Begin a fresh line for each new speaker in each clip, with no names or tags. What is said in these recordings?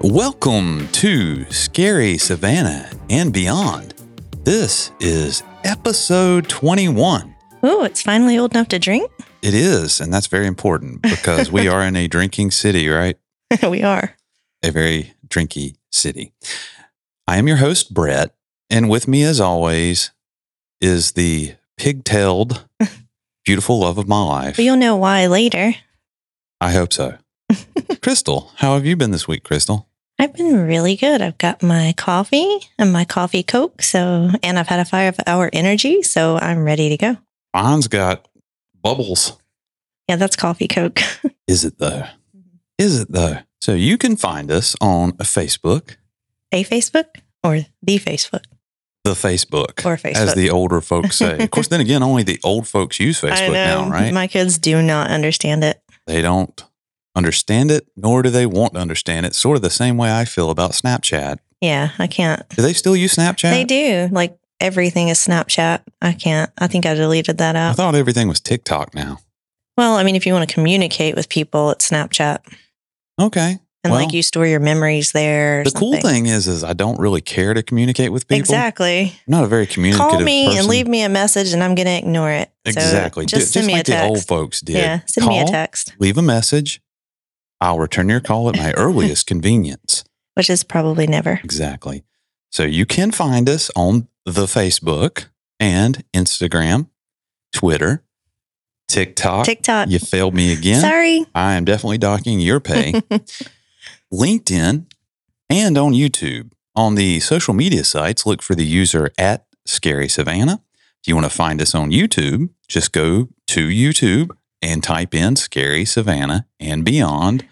Welcome to Scary Savannah and Beyond. This is episode 21.
Oh, it's finally old enough to drink.
It is, and that's very important because we are in a drinking city, right?
we are.
A very drinky city. I am your host, Brett, and with me, as always, is the pigtailed, beautiful love of my life.
But you'll know why later.
I hope so. Crystal, how have you been this week, Crystal?
I've been really good. I've got my coffee and my coffee coke, so and I've had a five hour energy, so I'm ready to go.
Mine's got bubbles.
Yeah, that's coffee coke.
Is it though?
Mm-hmm.
Is it though? So you can find us on Facebook,
A Facebook or the Facebook
the Facebook,
or Facebook.
as the older folks say. of course, then again, only the old folks use
I
Facebook
know
now, right?
my kids do not understand it.
they don't understand it, nor do they want to understand it. Sort of the same way I feel about Snapchat.
Yeah, I can't.
Do they still use Snapchat?
They do like everything is Snapchat. I can't. I think I deleted that
I
out.
thought everything was TikTok now.
well, I mean, if you want to communicate with people, it's Snapchat,
Okay.
and
Well,
like you store your memories there. or
The cool
something.
thing is, is I don't really care to communicate with people.
Exactly.
I'm not a very communicative
Call me
person.
and leave me a message, and I'm going to ignore it. So
Exactly.
just
Do-
send me
like
a
the old
text.
folks did.
yeah, send me a
Call,
text,
leave a message. I'll return your call at my earliest convenience.
which is probably never.
Exactly. So you can find us on the Facebook and Instagram, Twitter, TikTok.
TikTok.
You failed me again.
Sorry.
I am definitely docking your pay. LinkedIn and on YouTube. On the social media sites, look for the user at Scary Savannah. If you want to find us on YouTube, just go to YouTube and type in Scary Savannah and Beyond.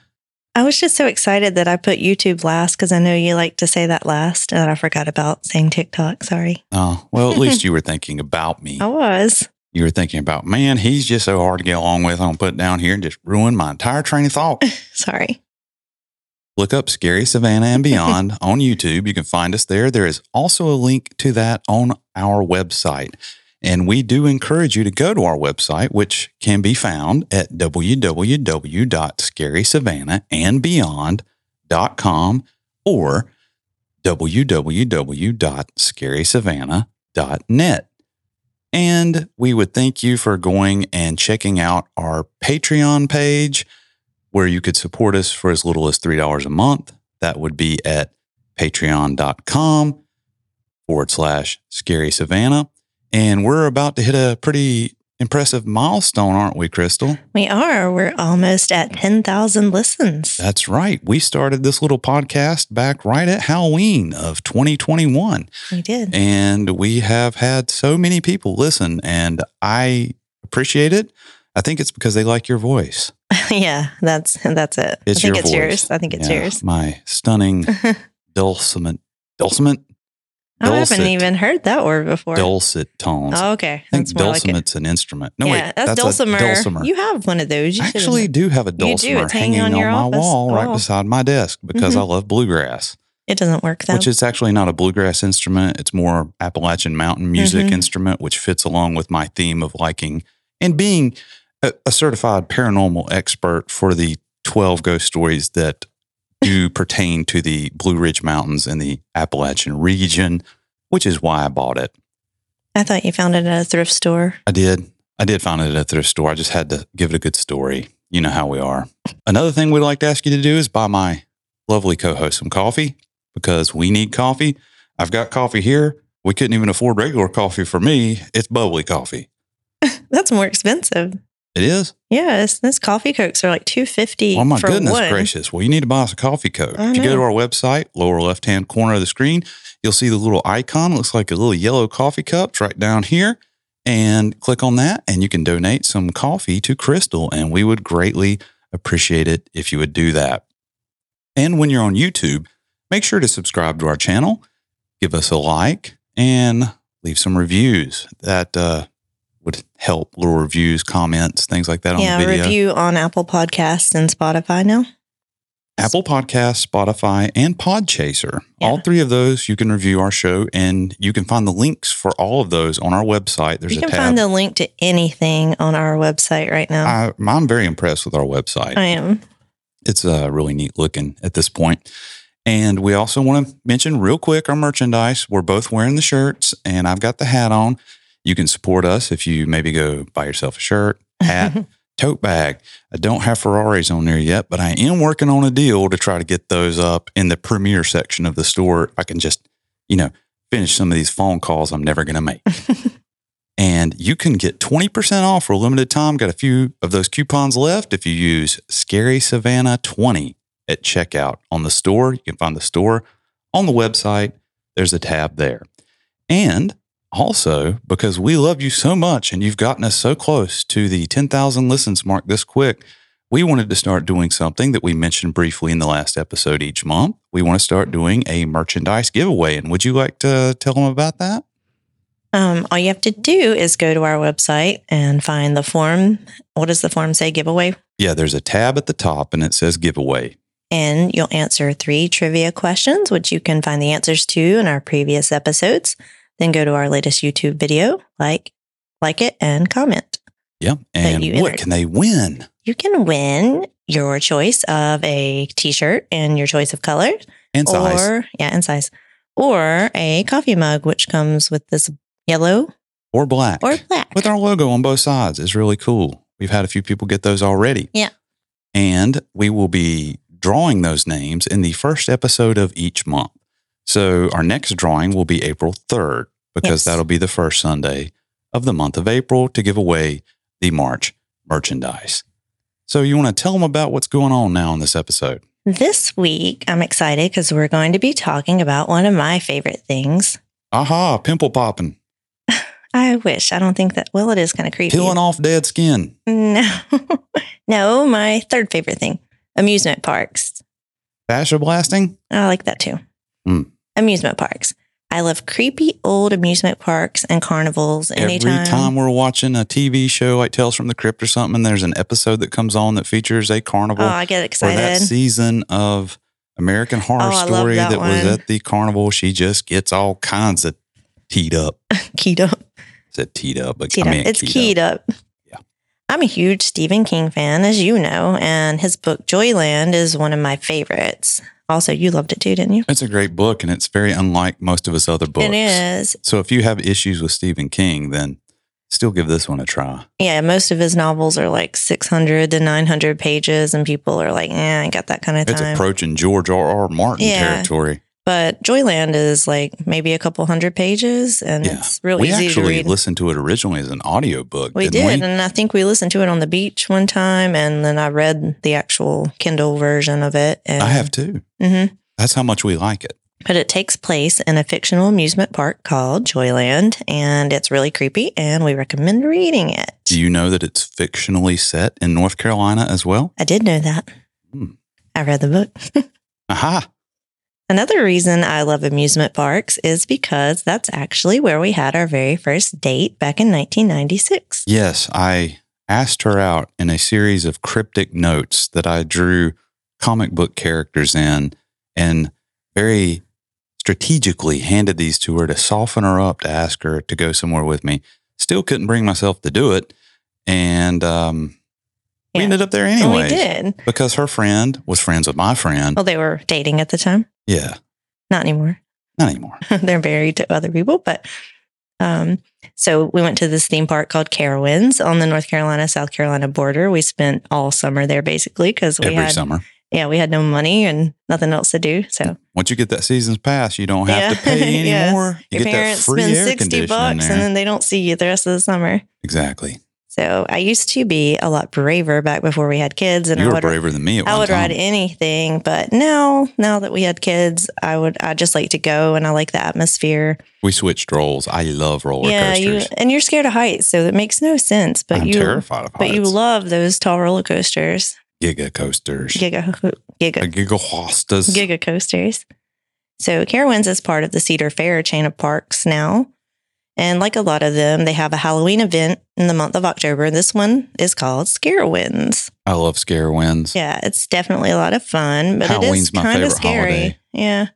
I was just so excited that I put YouTube last because I know you like to say that last, and I forgot about saying TikTok. Sorry.
Uh, well, at least you were thinking about me.
I was.
You were thinking about, man, he's just so hard to get along with. I'm going to put it down here and just ruin my entire train of thought.
Sorry.
Look up Scary Savannah and Beyond on YouTube. You can find us there. There is also a link to that on our website. And we do encourage you to go to our website, which can be found at www.scarysavannahandbeyond.com or www.scarysavannah.net. And we would thank you for going and checking out our Patreon page where you could support us for as little as $3 a month. That would be at patreon.com forward slash scary savannah. And we're about to hit a pretty impressive milestone, aren't we, Crystal?
We are. We're almost at 10,000 listens.
That's right. We started this little podcast back right at Halloween of 2021.
We did.
And we have had so many people listen, and I appreciate it. I think it's because they like your voice.
yeah, that's that's it.
It's
I think
your
it's
voice.
yours. I think it's
Yeah,
yours.
My stunning dulciment, dulciment,
I
Dulcet.
haven't even heard that word before.
dulcet tones.
Oh, okay.
I think
That's more like it.
dulcimet's an instrument. No,
yeah,
wait,
that's,
a
dulcimer.
dulcimer.
You have one of those. You
I
should've-
actually do have a
do. It's
dulcimer
hanging
hanging
on
on,
your
my
office Oh. Mm-hmm.
wall right
wall.
beside my desk because I love bluegrass,
it doesn't work though.
which is actually not a bluegrass instrument. It's more Appalachian mountain music
Mhm.
instrument, which fits along with my theme of liking and being a, a certified paranormal expert for the 12 ghost stories that do pertain to the Blue Ridge Mountains in the Appalachian region, which is why I bought it.
I thought you found it at a thrift store.
I did. I did find it at a thrift store. I just had to give it a good story. You know how we are. Another thing we'd like to ask you to do is buy my lovely co host some coffee because we need coffee. I've got coffee here. We couldn't even afford regular coffee for me. It's bubbly coffee.
That's more expensive.
It is?
Yes, those coffee cokes are like two fifty.
Oh, my
for
goodness
one.
gracious. Well, you need to buy us a coffee coat.
I
If you go
know.
to our website, lower left hand corner of the screen, you'll see the little icon. It looks like a little yellow coffee cup. It's right down here. And click on that, and you can donate some coffee to Crystal. And we would greatly appreciate it if you would do that. And when you're on YouTube, make sure to subscribe to our channel, give us a like, and leave some reviews. That uh, would help little reviews, comments, things like that on
Yeah,
the
a
video.
review on Apple Podcasts and Spotify now.
Apple Podcasts, Spotify, and Podchaser.
Yeah.
All three of those, you can review our show, and you can find the links for all of those on our website. There's
you
a
can
tab.
find the link to anything on our website right now.
I, I'm very impressed with our website.
I am.
It's uh, really neat looking at this point. And we also want to mention real quick our merchandise. We're both wearing the shirts, and I've got the hat on. You can support us if you maybe go buy yourself a shirt, hat, tote bag. I don't have Ferraris on there yet, but I am working on a deal to try to get those up in the premier section of the store. I can just, you know, finish some of these phone calls I'm never going to make. and you can get 20% off for a limited time. Got a few of those coupons left if you use Scary Savannah 20 at checkout on the store. You can find the store on the website. There's a tab there. And also, because we love you so much and you've gotten us so close to the 10,000 listens mark this quick, we wanted to start doing something that we mentioned briefly in the last episode each month. We want to start doing a merchandise giveaway. And would you like to tell them about that?
Um, all you have to do is go to our website and find the form. What does the form say? Giveaway.
Yeah, there's a tab at the top and it says giveaway.
And you'll answer three trivia questions, which you can find the answers to in our previous episodes. Then go to our latest YouTube video, like, like it, and comment.
Yeah. And
you
what
entered.
can they win?
You can win your choice of a t-shirt and your choice of color,
And size.
or yeah, and size, or a coffee mug, which comes with this yellow
or black
or black.
with our logo on both sides is really cool. We've had a few people get those already.
Yeah.
And we will be drawing those names in the first episode of each month. So our next drawing will be April 3rd because
Yes.
that'll be the first Sunday of the month of April to give away the March merchandise. So you want to tell them about what's going on now in this episode?
This week, I'm excited because we're going to be talking about one of my favorite things.
Aha, pimple popping,
I wish. I don't think that, well, it is kind of creepy.
peeling off dead skin.
No, no, my third favorite thing amusement parks.
Fascia blasting?
I like that too.
Hmm.
Amusement parks. I love creepy old amusement parks and carnivals. Anytime.
Every time we're watching a TV show like Tales from the Crypt or something, and there's an episode that comes on that features a carnival
oh, I get
or that
excited.
season of American Horror
Oh, I love
Story
that
that, was
one.
at the carnival. She just gets all kinds of teed up.
Keyed up.
Said teed up, but
Keyed
I
up.
mean
It's
keyed up.
keyed up.
Yeah.
I'm a huge Stephen King fan, as you know, and his book Joyland is one of my favorites. Also, you loved it too, didn't you?
It's a great book, and it's very unlike most of his other books.
It is.
So if you have issues with Stephen King, then still give this one a try.
Yeah, most of his novels are like 600 to 900 pages, and people are like, eh, I ain't got that kind of
It's
time.
approaching George R. R. Martin
Yeah.
territory.
but Joyland is like maybe a couple hundred pages, and
Yeah.
it's real
we
easy to
actually
read.
listened to it originally as an audiobook.
we
didn't
did,
We?
and I think we listened to it on the beach one time, and then I read the actual Kindle version of it. And,
I have too.
hmm
That's how much we like it.
But it takes place in a fictional amusement park called Joyland, and it's really creepy, and we recommend reading it.
Do you know that it's fictionally set in North Carolina as well?
I did know that.
Hmm.
I read the book.
Aha.
Another reason I love amusement parks is because that's actually where we had our very first date back in 1996.
Yes, I asked her out in a series of cryptic notes that I drew comic book characters in and very strategically handed these to her to soften her up to ask her to go somewhere with me. Still couldn't bring myself to do it. And um, we
Yeah.
ended up there
And
anyway.
we did.
Because her friend was friends with my friend.
Well, they were dating at the time.
Yeah,
Not anymore.
not anymore.
They're married to other people, but um so we went to this theme park called Carowinds on the North Carolina South Carolina border. We spent all summer there basically cuz we
Every
had
summer.
yeah, we had no money and nothing else to do. So
Once you get that season's pass, you don't have
Yeah.
to pay
Yes.
anymore. You
your
get
parents
that free
spend
air
60
conditioning
bucks
there.
and then they don't see you the rest of the summer.
exactly.
So I used to be a lot braver back before we had kids, and
You
I
were
would
braver than me at
I
one
would
time.
ride anything. But now, now that we had kids, I would I just like to go, and I like the atmosphere.
We switched roles. I love roller
yeah, you
coasters.
and you're scared of heights, so it makes no sense. But
I'm
you
terrified of
but you
heights.
love those tall roller coasters,
giga coasters.
giga
Uh,
giga
giga hostas.
giga coasters. So Carowinds is part of the Cedar Fair chain of parks now. And like a lot of them, they have a Halloween event in the month of October. This one is called Scarewinds.
I love scare winds.
Yeah, it's definitely a lot of fun, but it is
Halloween's my
kind of
favorite
scary.
holiday.
Yeah.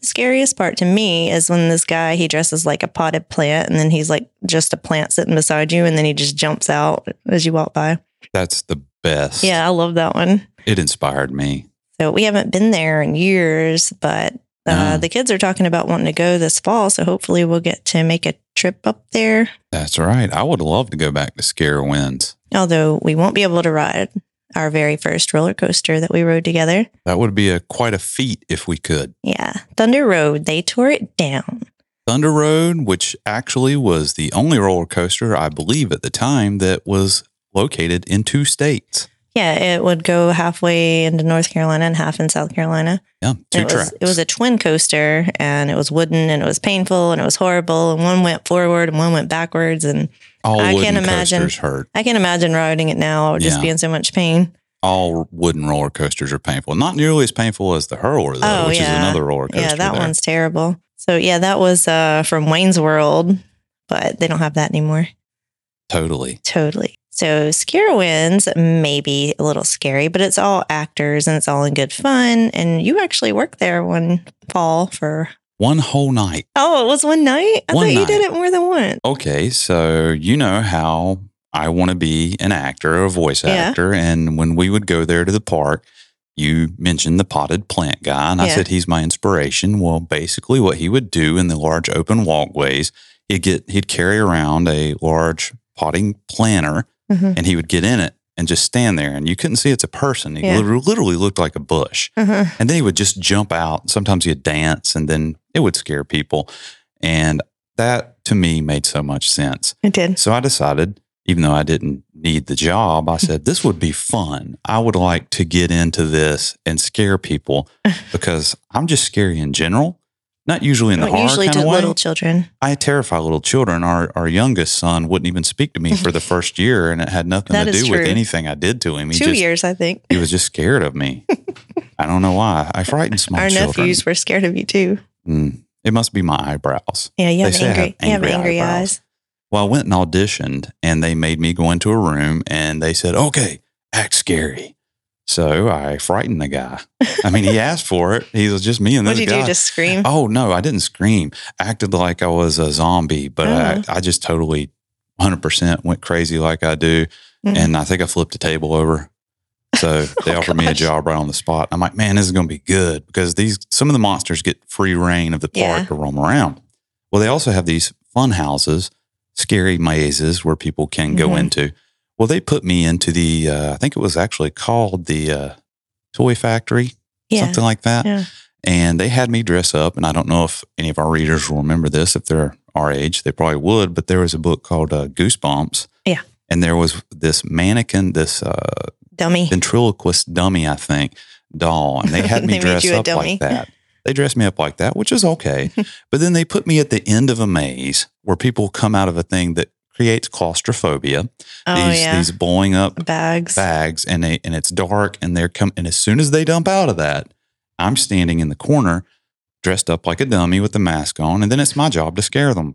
The scariest part to me is when this guy he dresses like a potted plant and then he's like just a plant sitting beside you and then he just jumps out as you walk by.
That's the best.
Yeah, I love that one.
It inspired me.
So we haven't been there in years, but uh,
No.
the kids are talking about wanting to go this fall. So hopefully we'll get to make a trip up there.
That's right. I would love to go back to Scarewinds.
Although we won't be able to ride our very first roller coaster that we rode together.
That would be a quite a feat if we could.
Yeah, Thunder Road. They tore it down.
Thunder Road, which actually was the only roller coaster I believe at the time that was located in two states.
Yeah, it would go halfway into North Carolina and half in South Carolina.
Yeah, two
it was,
tracks.
It was a twin coaster and it was wooden and it was painful and it was horrible. And one went forward and one went backwards. And
all
I
wooden
can't imagine-
coasters hurt.
I can imagine riding it now. I would just
Yeah.
be in so much pain.
All wooden roller coasters are painful. Not nearly as painful as the Hurler, though,
Oh,
which is
yeah.
another roller coaster.
Yeah, that
there.
one's terrible. So, yeah, that was uh, from Wayne's World, but they don't have that anymore.
totally.
Totally. So, Scarewinds may be a little scary, but it's all actors and it's all in good fun. And you actually worked there one fall for,
One whole night.
oh, it was one night? I
One
thought you
night.
did it more than once.
Okay, so you know how I want to be an actor, a voice
Yeah.
actor, and when we would go there to the park, you mentioned the potted plant guy, and I
Yeah.
said he's my inspiration. Well, basically, what he would do in the large open walkways, he'd get he'd carry around a large potting planter,
Mhm.
and he would get in it and just stand there, and you couldn't see it's a person. He
Yeah.
lit- literally looked like a bush.
Uh-huh.
And then he would just jump out. Sometimes he'd dance and then it would scare people. And that to me made so much sense.
It did.
So I decided, even though I didn't need the job, I said, this would be fun. I would like to get into this and scare people because I'm just scary in general, not usually in the
Well,
horror
usually
kind
to
of way.
little children.
I terrify little children. Our our youngest son wouldn't even speak to me for the first year, and it had nothing
That
to
is
do with
true.
anything I did to him. He
Two
just
years, I think.
he was just scared of me. I don't know why. I frighten small
Our
children.
nephews were scared of you too.
Mm, it must be my eyebrows.
Yeah, you
They
have
say I have
angry, you have
angry
angry
eyebrows.
eyes.
Well, I went and auditioned, and they made me go into a room, and they said, "Okay, act scary." So I frightened the guy. I mean, he asked for it. He was just me and
What
this
did you
guy.
do? Just scream?
oh no, I didn't scream. Acted like I was a zombie, but
Oh.
I, I just totally, hundred percent went crazy like I do,
Mhm.
and I think I flipped a table over. So they
Oh,
offered me a
gosh.
job right on the spot. I'm like, man, this is going to be good because these some of the monsters get free reign of the park
Yeah.
to roam around. Well, they also have these fun houses, scary mazes where people can go
Mhm.
into. Well, they put me into the uh, I think it was actually called the uh, Toy Factory,
yeah.
something like that.
Yeah.
And they had me dress up, and I don't know if any of our readers will remember this. If they're our age, they probably would. But there was a book called uh, Goosebumps.
Yeah.
And there was this mannequin, this uh,
Dummy.
ventriloquist dummy, I think, doll. And they had
They
me
made
dress
you a
up
dummy.
like that. They dressed me up like that, which is okay. but then they put me at the end of a maze where people come out of a thing that creates claustrophobia.
Oh
these
yeah.
these blowing up
Bags.
bags and they and it's dark and they're come and as soon as they dump out of that, I'm standing in the corner dressed up like a dummy with the mask on, and then it's my job to scare them.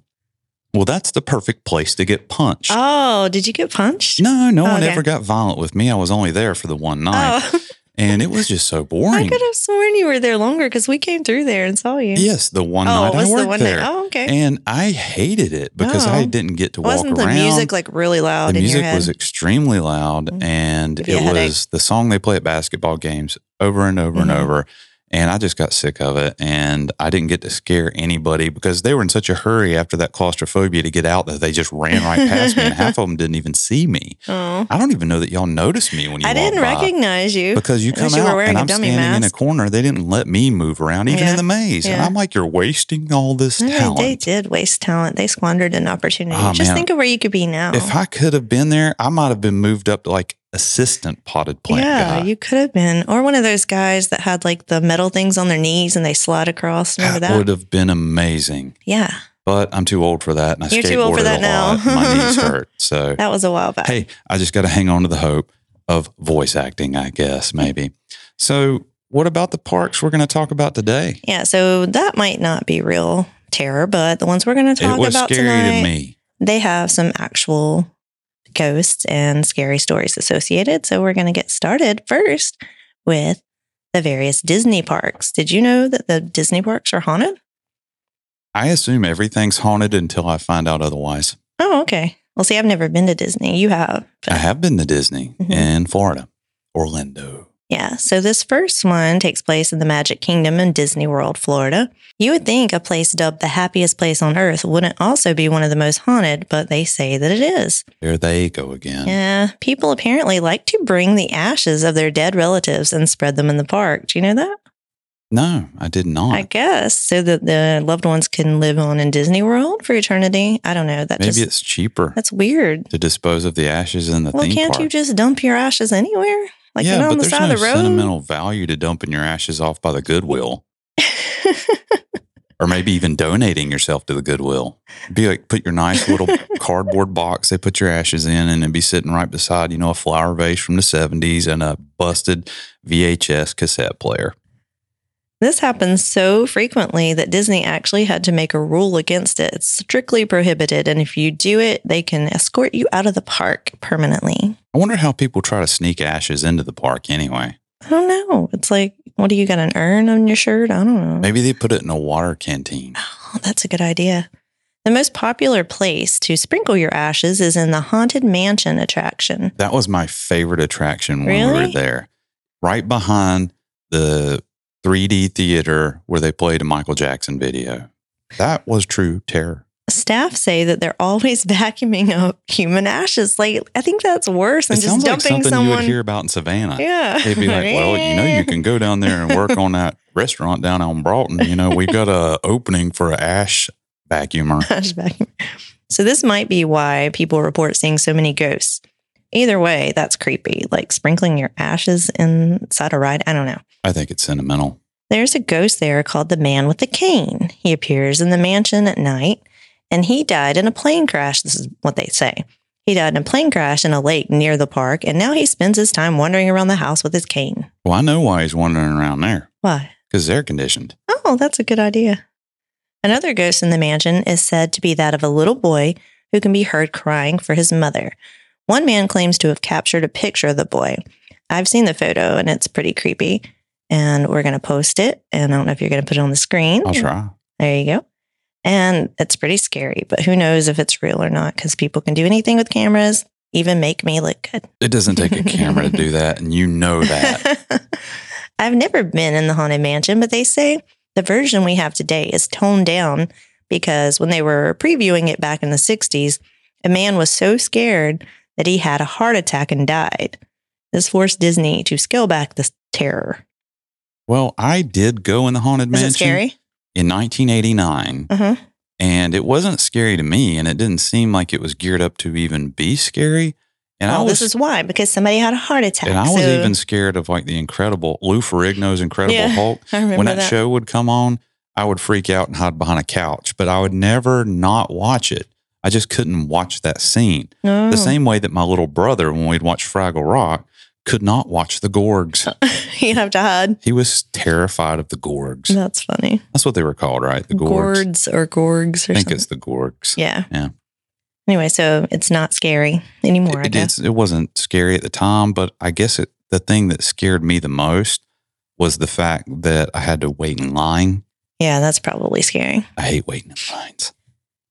Well, that's the perfect place to get punched.
Oh, did you get punched?
no, no one
Okay.
ever got violent with me. I was only there for the one night.
Oh,
And it was just so
I
boring.
could have sworn you were there longer because we came through there and saw you.
Yes, the one
oh,
night
it was
I worked
the one
there.
night. Oh, okay.
And I hated it because I
Oh.
didn't get to walk
Wasn't the
around.
music like really loud
the
in
music
your head?
was extremely loud
Mm.
and
Give you a
it
headache.
was the song they play at basketball games over and over and
Mhm.
over and i just got sick of it and i didn't get to scare anybody because they were in such a hurry after that claustrophobia to get out that they just ran right past me and half of them didn't even see me
oh.
i don't even know that y'all noticed me when you
I didn't
walked by
recognize you.
because you come
Unless you were
out
wearing
and
a
i'm
dummy
standing in a
mask.
corner they didn't let me move around even
Yeah.
in the maze and
Yeah.
i'm like you're wasting all this
No,
talent
they did waste talent. They squandered an opportunity.
Oh,
Just
man.
think of where you could be now.
if i could have been there i might have been moved up to like assistant potted plant
yeah,
guy.
you could have been, or one of those guys that had like the metal things on their knees and they slide across. Remember that?
would have been amazing.
yeah,
But I'm too old for that, and I
You're
skateboarded
too old for that
a
now.
lot. My knees hurt, so
that was a while back.
hey, I just got to hang on to the hope of voice acting, I guess maybe. So, what about the parks we're going to talk about today?
Yeah, so that might not be real terror, but the ones we're going to talk
it was
about
scary
tonight,
to me.
they have some actual ghosts and scary stories associated. So we're going to get started first with the various Disney parks. Did you know that the Disney parks are haunted?
I assume everything's haunted until I find out otherwise.
Oh, okay. Well,
Uh-huh.
see, I've never been to Disney. You have.
I have been to Disney
Mhm.
in Florida, Orlando.
Yeah, so this first one takes place in the Magic Kingdom in Disney World, Florida. You would think a place dubbed the happiest place on earth wouldn't also be one of the most haunted, but they say that it is.
There they go again.
Yeah, people apparently like to bring the ashes of their dead relatives and spread them in the park. Do you know that?
No, I did not.
I guess so that the loved ones can live on in Disney World for eternity. I don't know. That
Maybe
just
it's cheaper
that's weird.
to dispose of the ashes in the
Well,
theme
can't
park.
you just dump your ashes anywhere? Like
yeah,
they're
but
on the
there's
side
no
of the road.
sentimental value to dumping your ashes off by the Goodwill, or maybe even donating yourself to the Goodwill. Be like, put your nice little cardboard box they put your ashes in, and it'd be sitting right beside, you know, a flower vase from the '70s and a busted VHS cassette player.
This happens so frequently that Disney actually had to make a rule against it. It's strictly prohibited, and if you do it, they can escort you out of the park permanently.
I wonder how people try to sneak ashes into the park anyway.
I don't know. It's like, what do you got an urn on your shirt? I don't know.
Maybe they put it in a water canteen.
Oh, that's a good idea. The most popular place to sprinkle your ashes is in the Haunted Mansion attraction.
That was my favorite attraction when we were
Really?
there. Right behind the 3D theater where they played a Michael Jackson video. That was true terror.
Staff say that they're always vacuuming up human ashes. Like, I think that's worse than
it
just
sounds like
dumping
something you
someone.
would hear about in Savannah.
yeah.
They'd be like, well, you know, you can go down there and work on that restaurant down on Broughton. You know, we've got a opening for an ash vacuumer.
Ash vacuum. So this might be why people report seeing so many ghosts. Either way, that's creepy. Like sprinkling your ashes inside a ride. I don't know.
I think it's sentimental.
There's a ghost there called the man with the cane. He appears in the mansion at night and he died in a plane crash. This is what they say. He died in a plane crash in a lake near the park and now he spends his time wandering around the house with his cane.
Well, I know why he's wandering around there
Why?
because they're conditioned.
Oh, that's a good idea. Another ghost in the mansion is said to be that of a little boy who can be heard crying for his mother. One man claims to have captured a picture of the boy. I've seen the photo and it's pretty creepy. And we're going to post it. And I don't know if you're going to put it on the screen.
I'll try.
There you go. And it's pretty scary, but who knows if it's real or not because people can do anything with cameras, even make me look good.
It doesn't take a camera to do that. And you know that.
I've never been in the Haunted Mansion, but they say the version we have today is toned down because when they were previewing it back in the 60s, a man was so scared that he had a heart attack and died. This forced Disney to scale back the terror.
Well, I did go in the haunted
Is
mansion
it scary?
in 1989,
Uh-huh.
and it wasn't scary to me, and it didn't seem like it was geared up to even be scary. And I
oh,
was,
this is why because somebody had a heart attack.
and I was
so-
even scared of like the incredible Lou Ferrigno's Incredible
Yeah,
Hulk.
I remember
When that,
that.
show would come on, I would freak out and hide behind a couch, but I would never not watch it. I just couldn't watch that scene.
No.
The same way that my little brother, when we'd watch Fraggle Rock, could not watch the
Uh.
Gorgs.
you have to hide.
He was terrified of the Gorgs.
That's funny.
That's what they were called, right? The Gorgs.
Gourds or gorgs or
I think
something.
it's the Gorgs.
yeah.
Yeah.
Anyway, so it's not scary anymore, I
it,
guess.
it's- it wasn't scary at the time, but I guess it, the thing that scared me the most was the fact that I had to wait in line.
Yeah, that's probably scary.
I hate waiting in lines.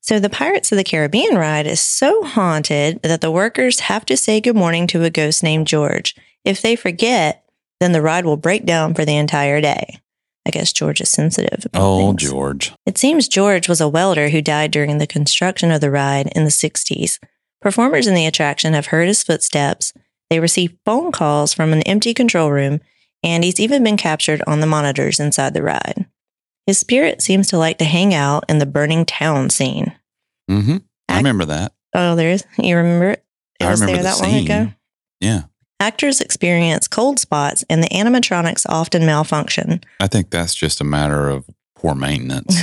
So the Pirates of the Caribbean ride is so haunted that the workers have to say good morning to a ghost named George. If they forget, then the ride will break down for the entire day. I guess George is sensitive. about
Oh,
things.
George.
It seems George was a welder who died during the construction of the ride in the 60s. Performers in the attraction have heard his footsteps. They receive phone calls from an empty control room, and he's even been captured on the monitors inside the ride. His spirit seems to like to hang out in the burning town scene.
hmm I
Ac-
remember that.
Oh, there is. You remember it? It
I
was
remember
there
the
that long
scene.
ago.
Yeah.
Actors experience cold spots, and the animatronics often malfunction.
I think that's just a matter of poor maintenance.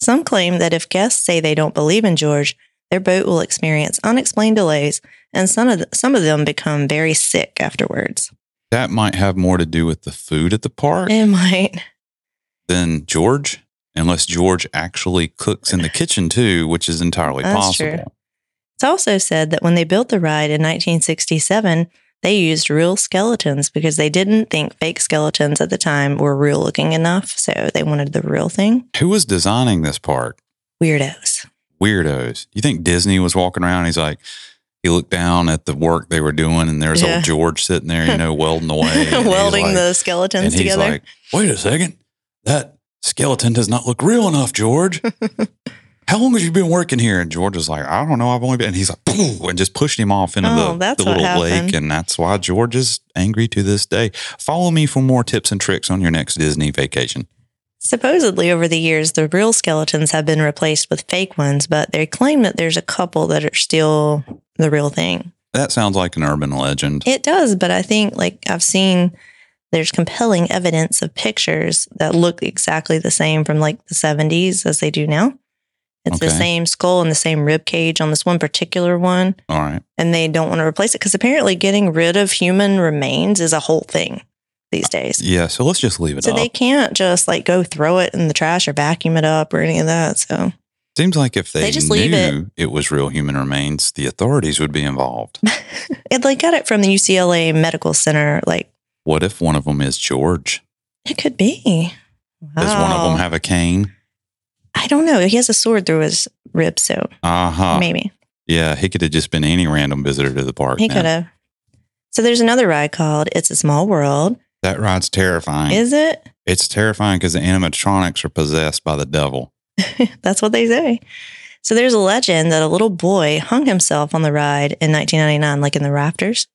Some claim that if guests say they don't believe in George, their boat will experience unexplained delays, and some of, th- some of them become very sick afterwards.
that might have more to do with the food at the park
It might.
than George, unless George actually cooks in the kitchen too, which is entirely
That's true.
possible.
It's also said that when they built the ride in 1967, they used real skeletons because they didn't think fake skeletons at the time were real looking enough, so they wanted the real thing.
Who was designing this park?
Weirdos.
weirdos. You think Disney was walking around? He's like, He looked down at the work they were doing, and there's
Yeah.
old George sitting there, you know, welding away, and he's
welding
like-
the skeletons
and he's
together.
like, "Wait a second, that skeleton does not look real enough, George." How long have you been working here? And George is like, I don't know. I've only been. And he's like, "Poof," and just pushed him off into
Oh,
the,
that's
the
what
little lake.
happened.
And that's why George is angry to this day. Follow me for more tips and tricks on your next Disney vacation.
Supposedly, over the years, the real skeletons have been replaced with fake ones, but they claim that there's a couple that are still the real thing.
That sounds like an urban legend.
It does, but I think, like, I've seen there's compelling evidence of pictures that look exactly the same from like the 70s as they do now. It's the
Okay.
same skull and the same rib cage on this one particular one,
All right.
and they don't want to replace it because apparently getting rid of human remains is a whole thing these days.
Yeah. So let's just leave it
So
up.
they can't just like go throw it in the trash or vacuum it up or any of that. So
Seems like if they,
They just
knew
leave
it. was real human remains, the authorities would be involved.
and they got it from the UCLA Medical Center. Like
what if one of them is George?
it could be.
Does one of
Wow.
them have a cane?
I don't know. He has a sword through his rib, so
Uh huh.
maybe
Yeah, he could have just been any random visitor to the park.
he
man.
could have. So there's another ride called "It's a Small World."
That ride's terrifying.
Is it?
it's terrifying because the animatronics are possessed by the devil.
That's what they say. So there's a legend that a little boy hung himself on the ride in 1999, like in the rafters.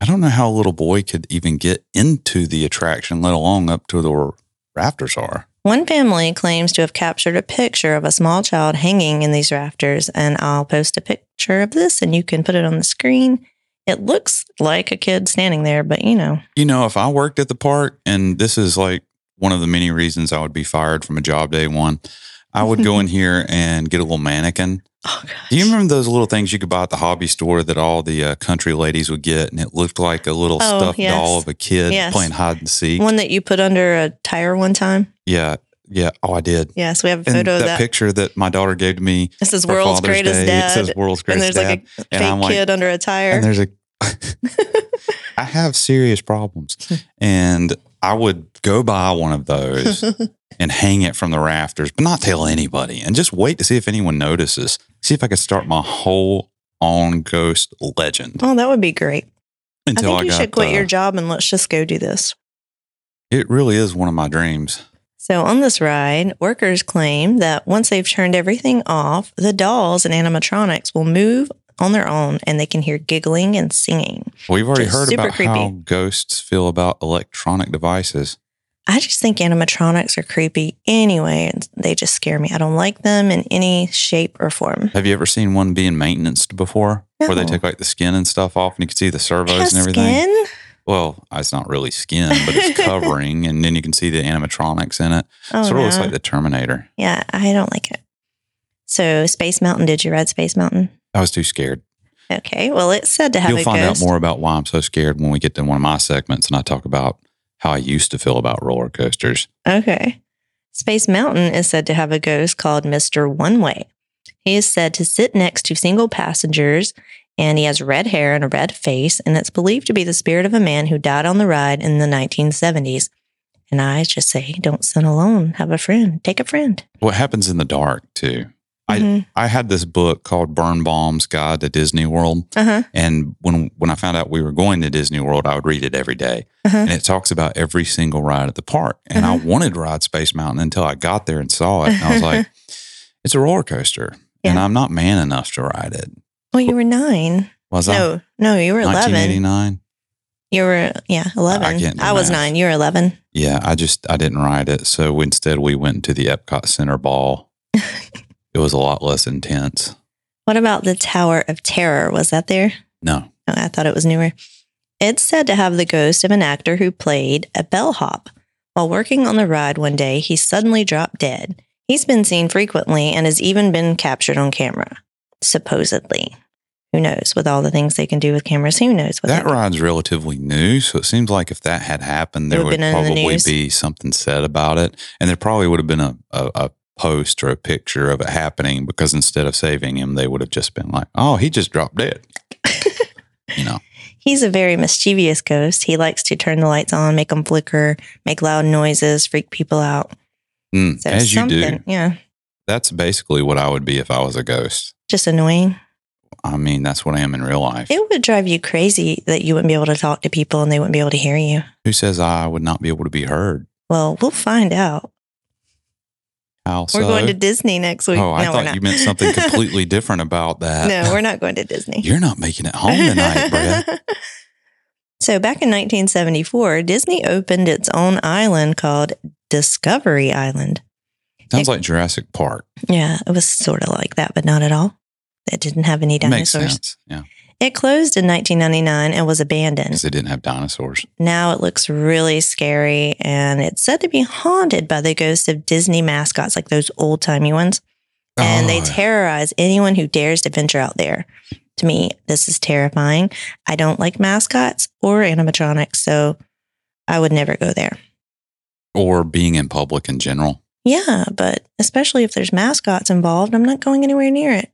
I don't know how a little boy could even get into the attraction, let alone up to the rafters are.
One family claims to have captured a picture of a small child hanging in these rafters, and I'll post a picture of this and you can put it on the screen. It looks like a kid standing there, but you know,
You know, if I worked at the park, and this is like one of the many reasons I would be fired from a job day one, I would go in here and get a little mannequin.
oh gosh.
Do you remember those little things you could buy at the hobby store that all the uh, country ladies would get? And it looked like a little
Oh,
stuffed
yes.
doll of a kid
Yes.
playing hide and seek.
one that you put under a tire one time?
yeah. Yeah. Oh, I did.
Yes, we have a
and
photo
that,
of that.
picture that my daughter gave to me
This is
for
world's
Father's
greatest
Day,
dad.
It says world's
and
greatest
there's
dad.
like a
and I'm
fake
like-
kid under a tire.
and there's a, I have serious problems, and I would go buy one of those and hang it from the rafters, but not tell anybody, and just wait to see if anyone notices. See if I could start my whole on ghost legend
oh, that would be great. I
until I,
think you
got.
should quit
uh,
your job and let's just go do this.
it really is one of my dreams.
So, on this ride, workers claim that once they've turned everything off, the dolls and animatronics will move on their own and they can hear giggling and singing.
We've already
Just
heard
super
about how
creepy.
ghosts feel about electronic devices.
I just think animatronics are creepy anyway, and they just scare me. I don't like them in any shape or form.
Have you ever seen one being maintenanced before, where they
No.
take like the skin and stuff off, and you can see the servos
Has
and everything?
skin?
Well, uh, it's not really skin, but it's covering, and then you can see the animatronics in it.
Oh,
sort of looks
no.
like the Terminator.
yeah, I don't like it. So, Space Mountain, did you ride Space Mountain?
I was too scared.
Okay, well, it's said to have
You'll
a
find
ghost.
out more about why I'm so scared when we get to one of my segments and I talk about how I used to feel about roller coasters.
Okay. Space Mountain is said to have a ghost called Mr. One Way. He is said to sit next to single passengers and he has red hair and a red face, and it's believed to be the spirit of a man who died on the ride in the 1970s. And I just say, don't sit alone. Have a friend. Take a friend.
What happens in the dark, too? I-
Mhm.
I had this book called Burn Bomb's Guide to Disney World.
Uh-huh.
And when when I found out we were going to Disney World, I would read it every day.
Uh-huh.
And it talks about every single ride at the park. And I
Uh-huh.
wanted to ride Space Mountain until I got there and saw it. And I was like, it's a roller coaster. And
Yeah.
I'm not man enough to ride it.
Well, Oh, you were nine.
Was I?
No, no, you were 11.
1989.
You were, yeah, 11.
I can't do
I was
math.
nine. You were 11.
Yeah, I just I didn't ride it. So instead we went to the Epcot Center ball. it was a lot less intense.
What about the Tower of Terror? Was that there?
No.
Oh, I thought it was newer. It's said to have the ghost of an actor who played a bellhop. While working on the ride one day, he suddenly dropped dead. He's been seen frequently and has even been captured on camera, supposedly. Who knows? With all the things they can do with cameras, who knows? What
That
they-
ride's relatively new, so it seems like if that had happened,
It
there would
would've been in the
probably
news.
be something said about it. And there probably would have been a, a, a post or a picture of it happening because instead of saving him, they would have just been like, Oh, he just dropped dead. you know.
He's a very mischievous ghost. He likes to turn the lights on, make them flicker, make loud noises, freak people out.
Mm,
So
as you do.
something- yeah,
That's basically what I would be if I was a ghost.
just annoying.
I mean, that's what I am in real life.
It would drive you crazy that you wouldn't be able to talk to people and they wouldn't be able to hear you.
Who says I would not be able to be heard?
Well, we'll find out.
How
We're going to Disney next week.
oh, I
No, we're
thought
not.
you meant something completely different about that.
no, we're not going to Disney.
You're not making it home tonight, Brad.
so back in 1974, Disney opened its own island called Discovery Island.
Sounds like Jurassic Park.
Yeah, it was sort of like that, but not at all. It didn't have any
Makes
dinosaurs.
sense. Yeah.
It closed in 1999 and was abandoned.
Because they didn't have dinosaurs.
Now it looks really scary and it's said to be haunted by the ghosts of Disney mascots, like those old timey ones. And they
Oh,
terrorize anyone who dares to venture out there. To me, this is terrifying. I don't like mascots or animatronics, so I would never go there.
or being in public in general.
Yeah, but especially if there's mascots involved, I'm not going anywhere near it.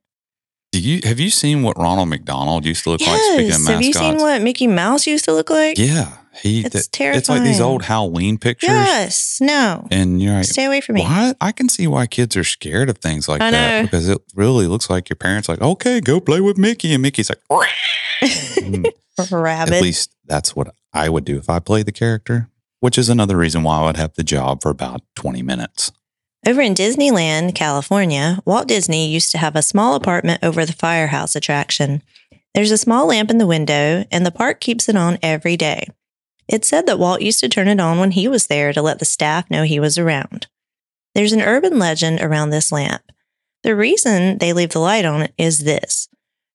Do you have you seen what Ronald McDonald used to look like? Speaking of
Yes.
mascots,
Have you seen what Mickey Mouse used to look like?
yeah, he. th-
It's
It's,
terrifying.
like these old Halloween pictures,
Yes. No.
and you're like,
Stay away from me.
why? I can see why kids are scared of things like
I
that
know.
because it really looks like your parents like, okay, go play with Mickey, and Mickey's like, "Wah." Mm, at
Rabbit.
least that's what I would do if I played the character, which is another reason why I would have the job for about twenty minutes.
Over in Disneyland, California, Walt Disney used to have a small apartment over the firehouse attraction. There's a small lamp in the window, and the park keeps it on every day. It's said that Walt used to turn it on when he was there to let the staff know he was around. There's an urban legend around this lamp. The reason they leave the light on is this.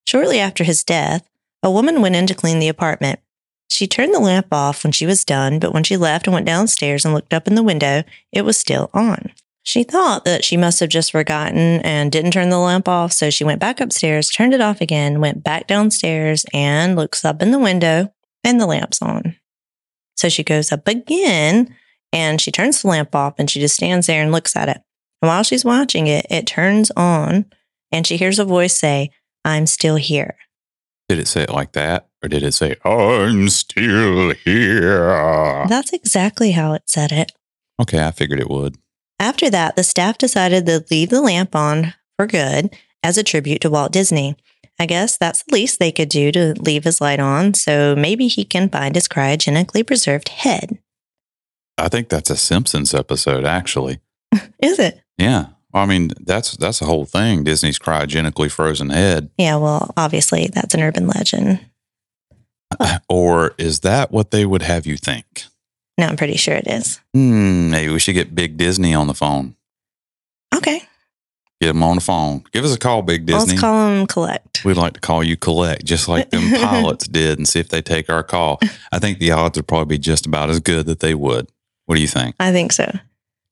Shortly after his death, a woman went in to clean the apartment. She turned the lamp off when she was done, but when she left and went downstairs and looked up in the window, it was still on. She thought that she must have just forgotten and didn't turn the lamp off, so she went back upstairs, turned it off again, went back downstairs, and looks up in the window, and the lamp's on. So she goes up again and she turns the lamp off and she just stands there and looks at it. And while she's watching it, it turns on and she hears a voice say, I'm still here.
Did it say it like that, or did it say, "I'm still here"?
That's exactly how it said it.
Okay, I figured it would.
After that, the staff decided to leave the lamp on for good as a tribute to Walt Disney. I guess that's the least they could do to leave his light on, so maybe he can find his cryogenically preserved head.
I think that's a Simpsons episode, actually.
Is it?
Yeah, I mean that's that's the whole thing. Disney's cryogenically frozen head,
Yeah, well, obviously, that's an urban legend.
or is that what they would have you think?
No, I'm pretty sure it is.
Hmm, maybe we should get Big Disney on the phone.
Okay.
Get him on the phone. Give us a call, Big
well,
Disney.
Let's call him Collect.
We'd like to call you collect, just like them pilots did, and see if they take our call. I think the odds would probably be just about as good that they would. What do you think?
I think so.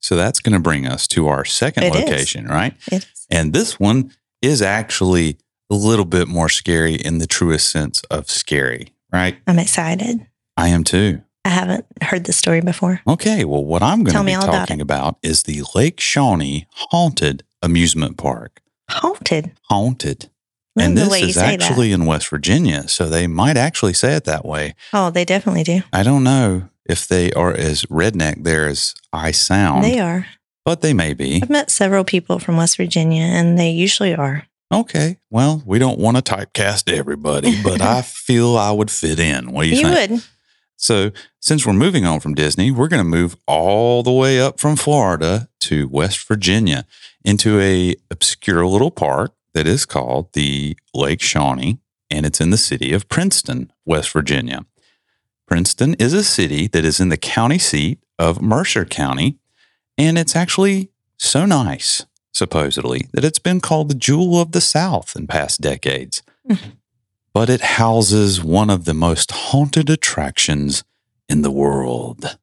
So that's going to bring us to our second
It is.
location, right?
It is.
And this one is actually a little bit more scary in the truest sense of scary, right?
I'm excited.
I am too.
I haven't heard this story before.
Okay, well, what I'm going
Tell
to be
me all about
talking about is the Lake Shawnee Haunted Amusement Park.
Haunted.
Haunted.
Love
and
the
this
way you
is
say that.
actually in West Virginia, so they might actually say it that way.
Oh, they definitely do.
I don't know if they are as redneck there as I sound,
They are.
but they may be.
I've met several people from West Virginia, and they usually are.
Okay. Well, we don't want to typecast everybody, but I feel I would fit in. What do you,
You
think?
would.
So, since we're moving on from Disney, we're going to move all the way up from Florida to West Virginia into a obscure little park that is called the Lake Shawnee, and it's in the city of Princeton, West Virginia. Princeton is a city that is in the county seat of Mercer County, and it's actually so nice, supposedly, that it's been called the jewel of the South in past decades but it houses one of the most haunted attractions in the world.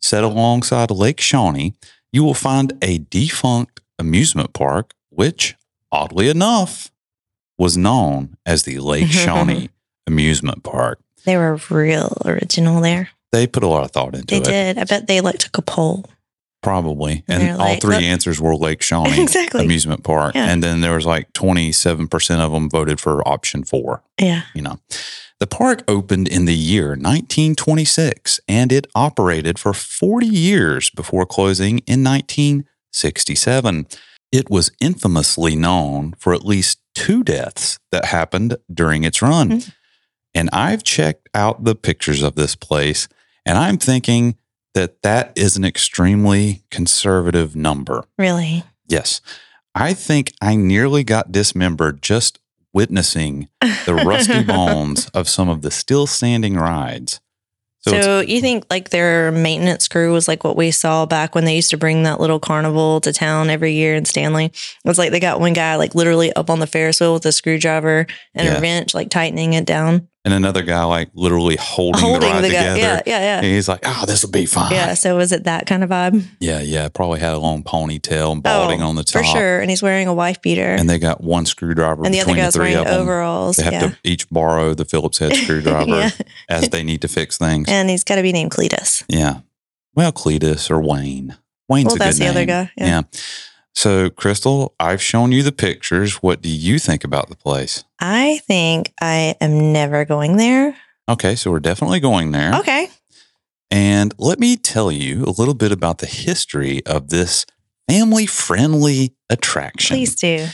Set alongside Lake Shawnee, you will find a defunct amusement park, which, oddly enough, was known as the Lake Shawnee Amusement Park.
They were real original there.
They put a lot of thought into
They
it,
did. I bet they like took a poll.
probably. And
And they're
all
like,
three
"Look."
answers were Lake Shawnee
exactly.
Amusement Park.
Yeah.
And then there was like 27% of them voted for option four.
Yeah.
you know. The park opened in the year 1926 and it operated for 40 years before closing in 1967. It was infamously known for at least two deaths that happened during its run.
Mhm.
And I've checked out the pictures of this place, and I'm thinking that that is an extremely conservative number.
Really?
Yes. I think I nearly got dismembered just witnessing the rusty bones of some of the still standing rides. So,
So,
it's,
you think like their maintenance crew was like what we saw back when they used to bring that little carnival to town every year in Stanley? It was like they got one guy like literally up on the Ferris wheel with a screwdriver and
Yeah.
a wrench, like tightening it down,
and another guy like literally holding, the
holding
ride
the
together.
guy. Yeah, yeah,
And
yeah.
he's like, oh, this will be fine.
Yeah. So was it that kind of vibe?
Yeah, yeah. Probably had a long ponytail and balding
Oh,
on the top.
For sure. And he's wearing a wife beater.
And they got one screwdriver
And the other
between the
guy's
three
wearing
of them.
overalls.
They have
yeah.
to each borrow the Phillips head screwdriver
yeah.
as they need to fix things.
And he's got to be named Cletus.
yeah. Well, Cletus or Wayne. Wayne's
well,
a good
that's the other
name.
guy.
Yeah. So, Crystal, I've shown you the pictures. What do you think about the place?
I think I am never going there.
Okay, so we're definitely going there.
Okay.
And let me tell you a little bit about the history of this family friendly attraction.
Please do.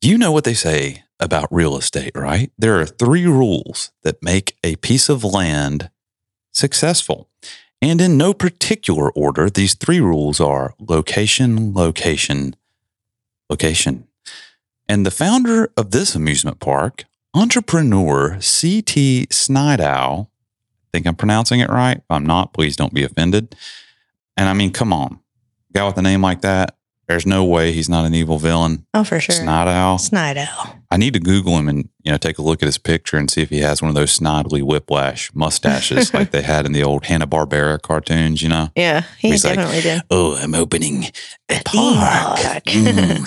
You know what they say about real estate, right? There are three rules that make a piece of land successful. And in no particular order, these three rules are location, location, location. And the founder of this amusement park, entrepreneur C.T. Snidow, I think I'm pronouncing it right. If I'm not, please don't be offended. And I mean, come on, guy with a name like that, there's no way he's not an evil villain.
Oh, for sure.
Snidow.
Snido.
I need to Google him and you know take a look at his picture and see if he has one of those snidely whiplash mustaches like they had in the old Hanna Barbera cartoons. You know,
Yeah, he
He's like,
definitely did.
oh, I'm opening a Mm,
park."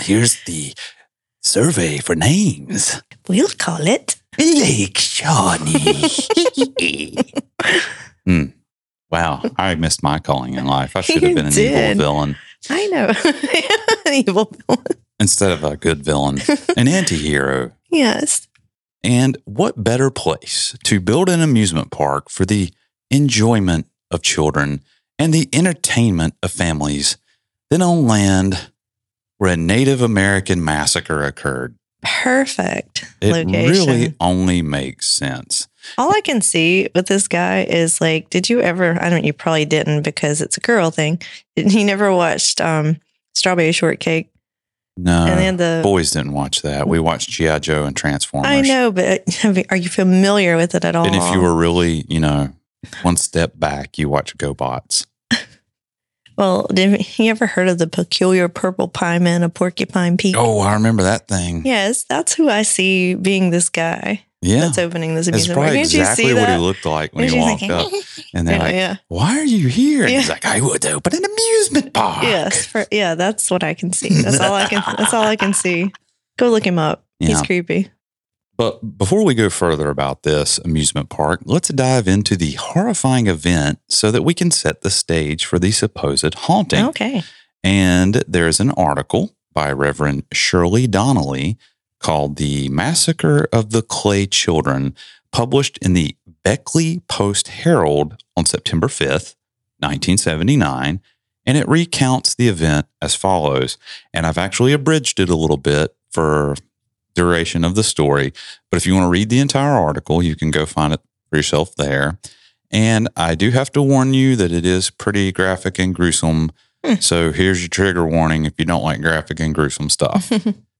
here's the survey for names.
We'll call it.
Lake Shawnee. Hmm. Wow, I missed my calling in life. I should have
You
been an
did.
evil villain
I know. Evil.
instead of a good villain, an anti-hero.
Yes.
And what better place to build an amusement park for the enjoyment of children and the entertainment of families than on land where a Native American massacre occurred?
Perfect
It
location.
really only makes sense.
All I can see with this guy is like, did you ever? I don't. You probably didn't because it's a girl thing. You never watched um, Strawberry Shortcake,
No,
and then the
boys didn't watch that. We watched G.I. Joe and Transformers.
I know, but have you- are you familiar with it at all?
And if you were really, you know, one step back, you watch GoBots.
well, did you ever heard of the peculiar purple pie man, a porcupine peak?
Oh, I remember that thing.
Yes, that's who I see being this guy
Yeah.
that's opening this
It's
amusement park.
probably
Didn't
exactly
you see
what he
that?
looked like when
Didn't
he
you
walked
think,
up. And they're
yeah,
like,
yeah.
why are you here? And
Yeah.
he's like, I would open an amusement park.
Yes, for, yeah, that's what I can see. That's all I can. That's all I can see. Go look him up. He's
Yeah.
creepy.
But before we go further about this amusement park, let's dive into the horrifying event so that we can set the stage for the supposed haunting.
Okay.
And there's an article by Reverend Shirley Donnelly called The Massacre of the Clay Children, published in the Beckley Post Herald on September 5th, 1979. And it recounts the event as follows. And I've actually abridged it a little bit for duration of the story. But if you want to read the entire article, you can go find it for yourself there. And I do have to warn you that it is pretty graphic and gruesome. So here's your trigger warning if you don't like graphic and gruesome stuff.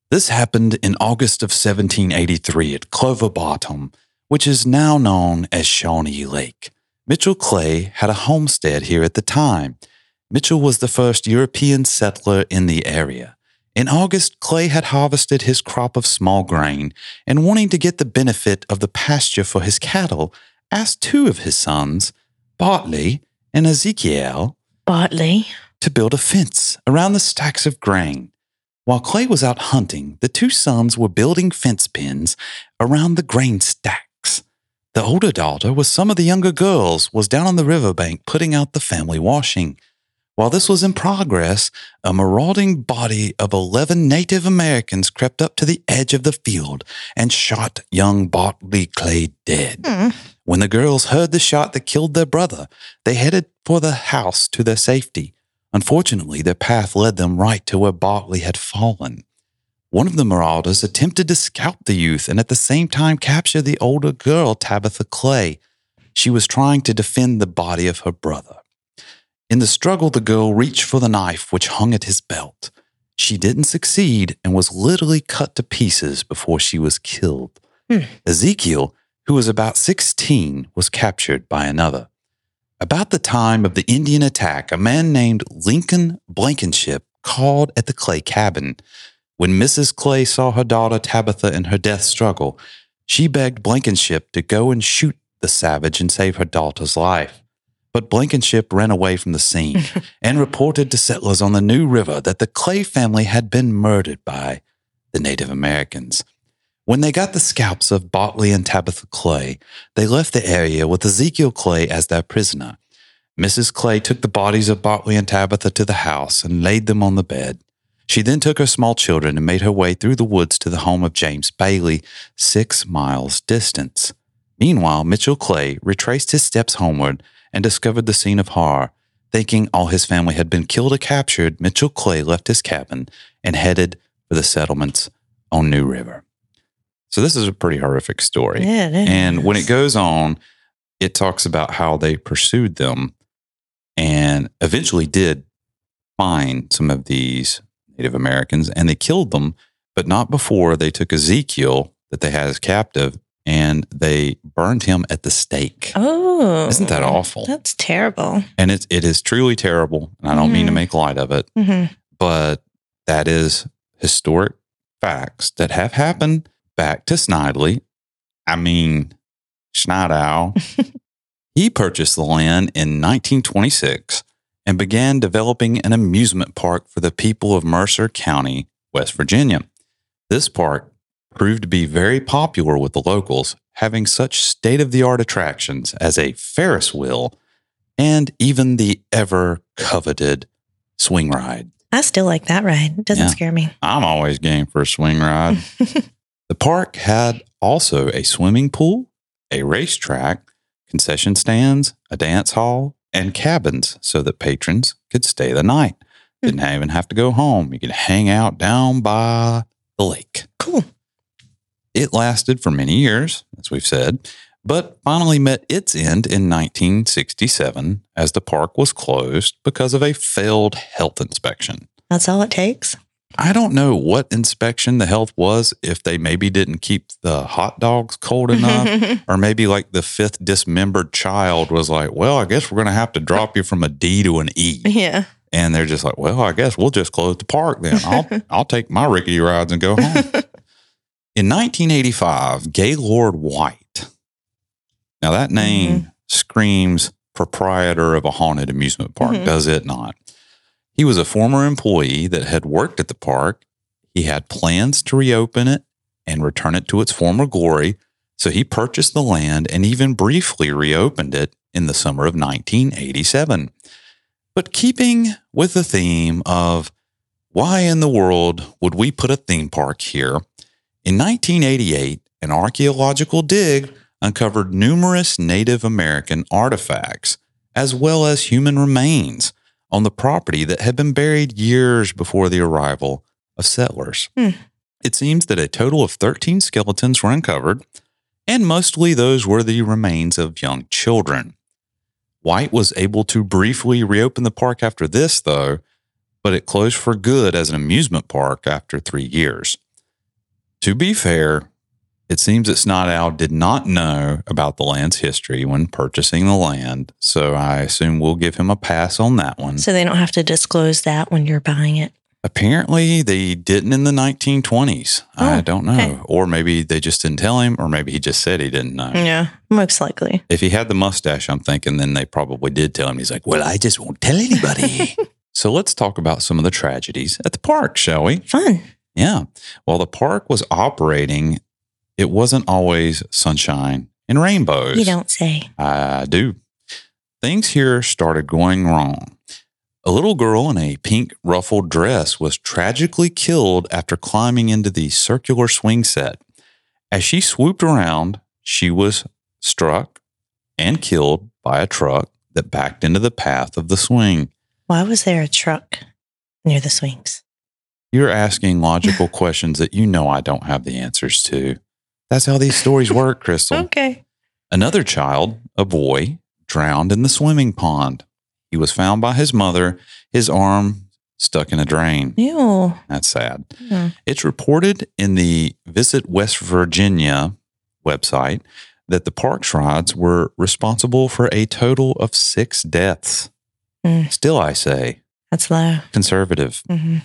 this happened in August of 1783 at Clover Bottom, which is now known as Shawnee Lake. Mitchell Clay had a homestead here at the time. Mitchell was the first European settler in the area. In August, Clay had harvested his crop of small grain and, wanting to get the benefit of the pasture for his cattle, asked two of his sons, Bartley and Ezekiel,
Bartley.
to build a fence around the stacks of grain. While Clay was out hunting, the two sons were building fence pins around the grain stacks. The older daughter, with some of the younger girls, was down on the riverbank putting out the family washing. While this was in progress, a marauding body of 11 Native Americans crept up to the edge of the field and shot young Bartley Clay dead.
Hmm.
When the girls heard the shot that killed their brother, they headed for the house to their safety. Unfortunately, their path led them right to where Bartley had fallen. One of the marauders attempted to scalp the youth and at the same time capture the older girl, Tabitha Clay. She was trying to defend the body of her brother. In the struggle, the girl reached for the knife which hung at his belt. She didn't succeed and was literally cut to pieces before she was killed.
Hmm.
Ezekiel, who was about 16, was captured by another. About the time of the Indian attack, a man named Lincoln Blankenship called at the Clay cabin. When Mrs. Clay saw her daughter Tabitha in her death struggle, she begged Blankenship to go and shoot the savage and save her daughter's life. But Blankenship ran away from the scene and reported to settlers on the New River that the Clay family had been murdered by the Native Americans. When they got the scalps of Bartley and Tabitha Clay, they left the area with Ezekiel Clay as their prisoner. Mrs. Clay took the bodies of Bartley and Tabitha to the house and laid them on the bed. She then took her small children and made her way through the woods to the home of James Bailey, six miles distance. Meanwhile, Mitchell Clay retraced his steps homeward and discovered the scene of horror. Thinking all his family had been killed or captured, Mitchell Clay left his cabin and headed for the settlements on New River. So, this is a pretty horrific story.
Yeah, it
And when
is.
it goes on, it talks about how they pursued them and eventually did find some of these Native Americans and they killed them, but not before they took Ezekiel that they had as captive and they burned him at the stake.
oh,
Isn't that awful?
That's terrible.
And it, it is truly terrible. And I don't mean to
Mhm.
make light of it,
hmm
but that is historic facts that have happened back to Snidely. I mean, Schneidow. he purchased the land in 1926 and began developing an amusement park for the people of Mercer County, West Virginia. This park proved to be very popular with the locals, having such state of the art attractions as a Ferris wheel and even the ever coveted swing ride.
I still like that ride. It doesn't
Yeah.
scare me.
I'm always game for a swing ride. the park had also a swimming pool, a racetrack, concession stands, a dance hall, and cabins so that patrons could stay the night. Didn't even have to go home. You could hang out down by the lake.
Cool.
It lasted for many years, as we've said, but finally met its end in 1967 as the park was closed because of a failed health inspection.
That's all it takes.
I don't know what inspection the health was, if they maybe didn't keep the hot dogs cold enough, or maybe like the fifth dismembered child was like, Well, I guess we're going to have to drop you from a D to an E.
yeah.
And they're just like, Well, I guess we'll just close the park then. I'll, I'll take my rickety rides and go home. In 1985, Gaylord White. Now, that name screams proprietor of a haunted amusement park,
Mhm.
does it not? He was a former employee that had worked at the park. He had plans to reopen it and return it to its former glory. So he purchased the land and even briefly reopened it in the summer of 1987. But keeping with the theme of why in the world would we put a theme park here? In 1988, an archaeological dig uncovered numerous Native American artifacts, as well as human remains, on the property that had been buried years before the arrival of settlers.
Hmm.
It seems that a total of 13 skeletons were uncovered, and mostly those were the remains of young children. White was able to briefly reopen the park after this, though, but it closed for good as an amusement park after three years. To be fair, it seems that Snodow did not know about the land's history when purchasing the land, so I assume we'll give him a pass on that one.
So they don't have to disclose that when you're buying it.
Apparently, they didn't in the 1920s. I
Oh,
don't know.
okay.
Or maybe they just didn't tell him, or maybe he just said he didn't know.
Yeah, most likely.
If he had the mustache, I'm thinking then they probably did tell him. He's like, well, I just won't tell anybody. so let's talk about some of the tragedies at the park, shall we?
Fun.
Yeah. While the park was operating, it wasn't always sunshine and rainbows.
You don't say.
I do. Things here started going wrong. A little girl in a pink ruffled dress was tragically killed after climbing into the circular swing set. As she swooped around, she was struck and killed by a truck that backed into the path of the swing.
Why was there a truck near the swings?
You're asking logical questions that you know I don't have the answers to. That's how these stories work, Crystal.
Okay.
Another child, a boy, drowned in the swimming pond. He was found by his mother, his arm stuck in a drain.
Ew.
That's sad.
Hmm.
It's reported in the Visit West Virginia website that the parks rides were responsible for a total of six deaths.
Mm.
Still, I say
That's low.
conservative.
hmm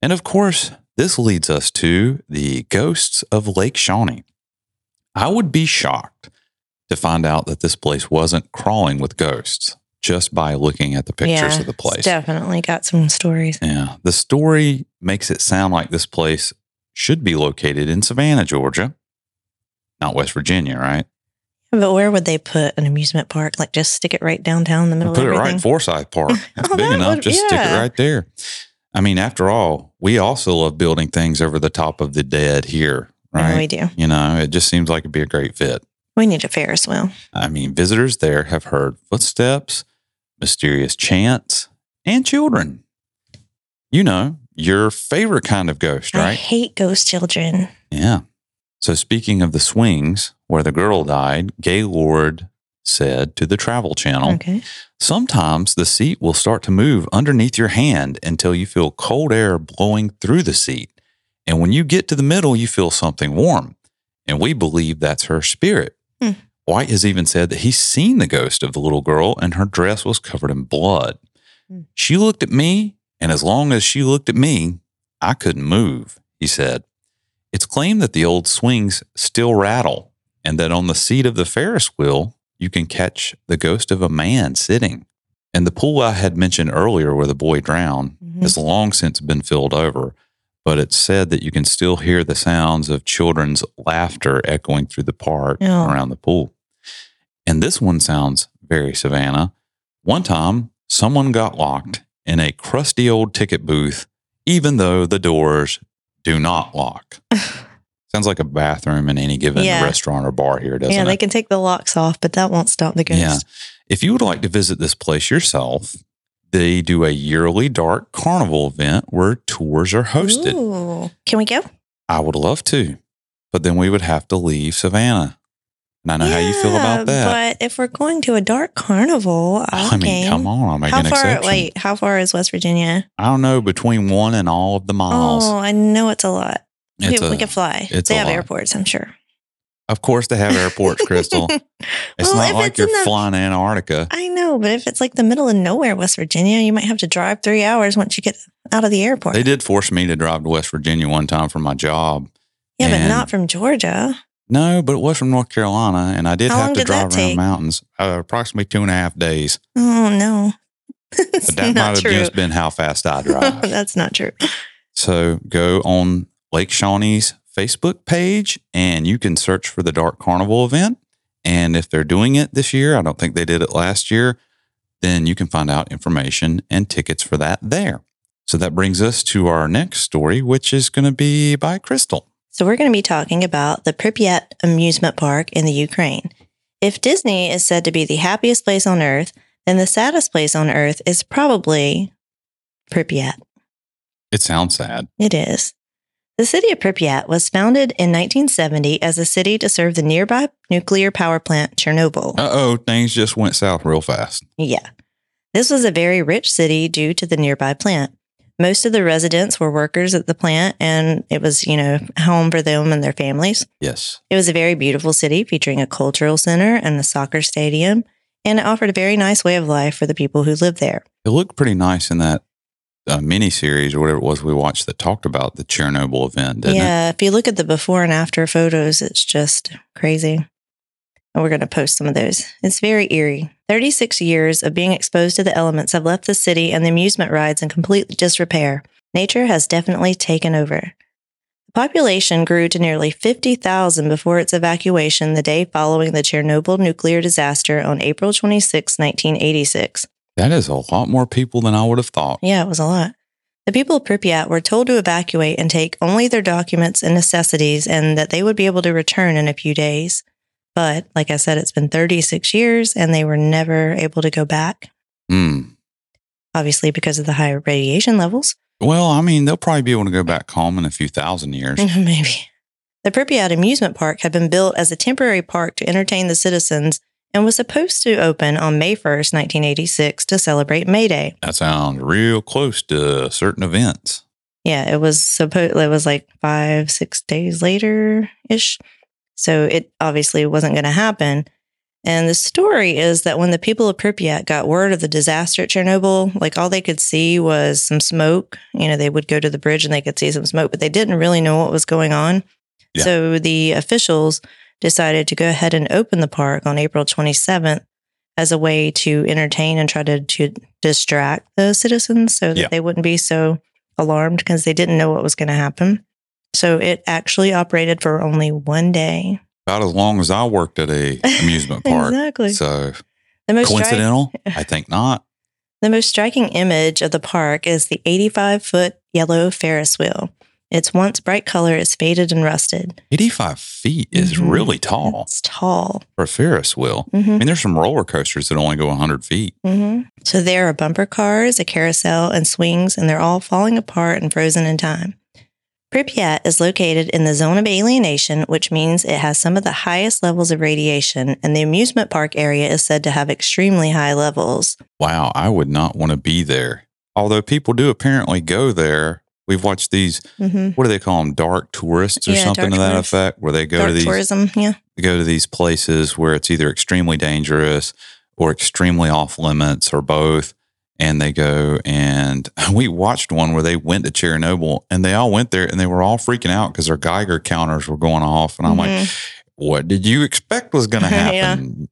And of course, this leads us to the ghosts of Lake Shawnee. I would be shocked to find out that this place wasn't crawling with ghosts just by looking at the pictures
Yeah,
of the place.
Definitely got some stories.
Yeah. The story makes it sound like this place should be located in Savannah, Georgia, not West Virginia, right?
But where would they put an amusement park? Like just stick it right downtown in the middle
Put
of
it
everything.
right in Forsyth Park. That's
Oh,
big
that
enough.
would-
Just stick it
yeah.
right there. I mean, after all, we also love building things over the top of the dead here,
No,
right?
we do.
You know, it just seems like it'd be a great fit.
We need a Ferris wheel.
I mean, visitors there have heard footsteps, mysterious chants, and children. You know, your favorite kind of ghost,
I
right?
hate ghost children.
Yeah. So, speaking of the swings where the girl died, Gaylord said to the Travel Channel,
Okay.
sometimes the seat will start to move underneath your hand until you feel cold air blowing through the seat. And when you get to the middle, you feel something warm. And we believe that's her spirit.
Hmm.
White has even said that he's seen the ghost of the little girl and her dress was covered in blood.
Hmm.
She looked at me, and as long as she looked at me, I couldn't move, he said. It's claimed that the old swings still rattle and that on the seat of the Ferris wheel, you can catch the ghost of a man sitting. And the pool I had mentioned earlier where the boy drowned
Mhm.
has long since been filled over, but it's said that you can still hear the sounds of children's laughter echoing through the park
Yeah.
around the pool. And this one sounds very Savannah. One time, someone got locked in a crusty old ticket booth, even though the doors do not lock. Sounds like a bathroom in any given
Yeah.
restaurant or bar here, doesn't
yeah,
it?
they can take the locks off, but that won't stop the ghost.
Yeah. If you would like to visit this place yourself, they do a yearly dark carnival event where tours are hosted.
Ooh. Can we go?
I would love to, but then we would have to leave Savannah. And I know how you feel
Yeah,
about that.
But if we're going to a dark carnival,
I mean, come on, I'll make
How
an
far?
exception.
Wait, how far is West Virginia?
I don't know, between one and all of the miles.
Oh, I know it's a lot.
It's
we,
a-
we could fly.
it's
they
a
have
lot.
airports, I'm sure.
of course, they have airports, Crystal. It's
Well,
not
if
like
it's
you're
in the-
flying to Antarctica.
I know, but if it's like the middle of nowhere, West Virginia, you might have to drive three hours once you get out of the airport.
They did force me to drive to West Virginia one time for my job.
yeah, but
and-
not from Georgia.
No, but it was from North Carolina, and I did
How
have
long
to
did that
drive around
take?
mountains uh, approximately two and a half days.
Oh no, It's
But that might
not
have
true.
just been how fast I drive.
That's not true.
so go on Lake Shawnee's Facebook page, and you can search for the Dark Carnival event. And if they're doing it this year, I don't think they did it last year, then you can find out information and tickets for that there. So that brings us to our next story, which is going to be by Crystal.
So we're going to be talking about the Pripyat amusement park in the Ukraine. If Disney is said to be the happiest place on earth, then the saddest place on earth is probably Pripyat.
It sounds sad.
It is. The city of Pripyat was founded in 1970 as a city to serve the nearby nuclear power plant Chernobyl.
Uh oh, things just went south real fast.
Yeah. This was a very rich city due to the nearby plant. Most of the residents were workers at the plant, and it was, you know, home for them and their families.
Yes.
It was a very beautiful city featuring a cultural center and a soccer stadium, and it offered a very nice way of life for the people who lived there.
It looked pretty nice in that uh, mini series or whatever it was we watched that talked about the Chernobyl event, didn't it?
yeah, if you look at the before and after photos, it's just crazy. And we're going to post some of those. It's very eerie. 36 years of being exposed to the elements have left the city and the amusement rides in complete disrepair. Nature has definitely taken over. The population grew to nearly 50,000 before its evacuation the day following the Chernobyl nuclear disaster on April 26, 1986.
That is a lot more people than I would have thought.
Yeah, it was a lot. The people of Pripyat were told to evacuate and take only their documents and necessities and that they would be able to return in a few days. But like I said, it's been 36 years and they were never able to go back,
Hmm.
Mm. obviously because of the high radiation levels.
Well, I mean, they'll probably be able to go back home in a few thousand years.
Maybe. The Pripyat Amusement Park had been built as a temporary park to entertain the citizens and was supposed to open on May 1st, 1986 to celebrate May Day.
That sounds real close to certain events.
Yeah, it was supposed it was like 5 6 days later ish. So it obviously wasn't going to happen. And the story is that when the people of Pripyat got word of the disaster at Chernobyl, like all they could see was some smoke. You know, they would go to the bridge and they could see some smoke, but they didn't really know what was going on.
Yeah.
So the officials decided to go ahead and open the park on April 27th as a way to entertain and try to, to distract the citizens so that
Yeah.
they wouldn't be so alarmed because they didn't know what was going to happen. So it actually operated for only one day.
About as long as I worked at a amusement park.
exactly.
So
the most stri-
coincidental? I think not.
The most striking image of the park is the 85 foot yellow Ferris wheel. Its once bright color is faded and rusted.
85 feet is
Mhm.
really tall
It's tall.
for a Ferris wheel. I
hmm
mean, there's some roller coasters that only go 100 feet.
hmm So there are bumper cars, a carousel, and swings, and they're all falling apart and frozen in time. Pripyat is located in the zone of alienation, which means it has some of the highest levels of radiation, and the amusement park area is said to have extremely high levels.
Wow, I would not want to be there. Although people do apparently go there. We've watched these,
hmm
what do they call them, dark tourists or
Yeah,
something
dark
to that
tourists.
effect, where they go
Dark
to these
tourism, yeah.
they go to these places where it's either extremely dangerous or extremely off limits or both. And they go and we watched one where they went to Chernobyl and they all went there and they were all freaking out because their Geiger counters were going off. And I'm like,
Mhm.
what did you expect was going to
Yeah.
happen?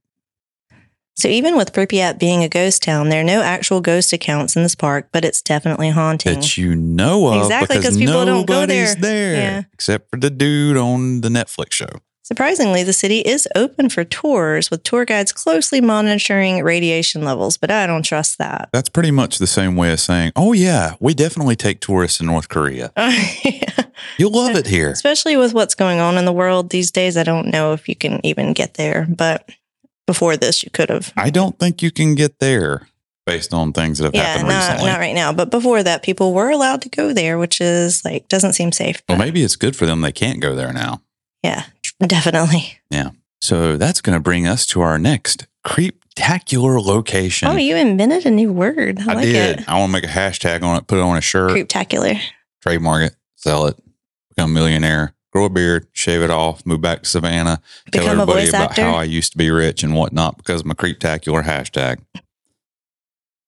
So even with Pripyat being a ghost town, there are no actual ghost accounts in this park, but it's definitely haunting.
That you know of
Exactly,
because
'cause people don't go
nobody's there,
Yeah.
except for the dude on the Netflix show.
Surprisingly, the city is open for tours with tour guides closely monitoring radiation levels, but I don't trust that.
That's pretty much the same way as saying, "Oh yeah, we definitely take tourists in North Korea. You'll love it here."
Especially with what's going on in the world these days, I don't know if you can even get there, but before this you could have.
I don't think you can get there based on things that have
Yeah,
happened
not,
recently.
not right now, but before that people were allowed to go there, which is like doesn't seem safe.
Well,
but
maybe it's good for them. They can't go there now.
Yeah, definitely.
So that's going to bring us to our next creeptacular location.
Oh, you invented a new word. I,
I
like
did.
it.
I want to make a hashtag on it, put it on a shirt,
Creeptacular.
trademark it, sell it, become a millionaire, grow a beard, shave it off, move back to Savannah, tell
Become a
everybody
voice
about
actor.
how I used to be rich and whatnot because of my creeptacular hashtag.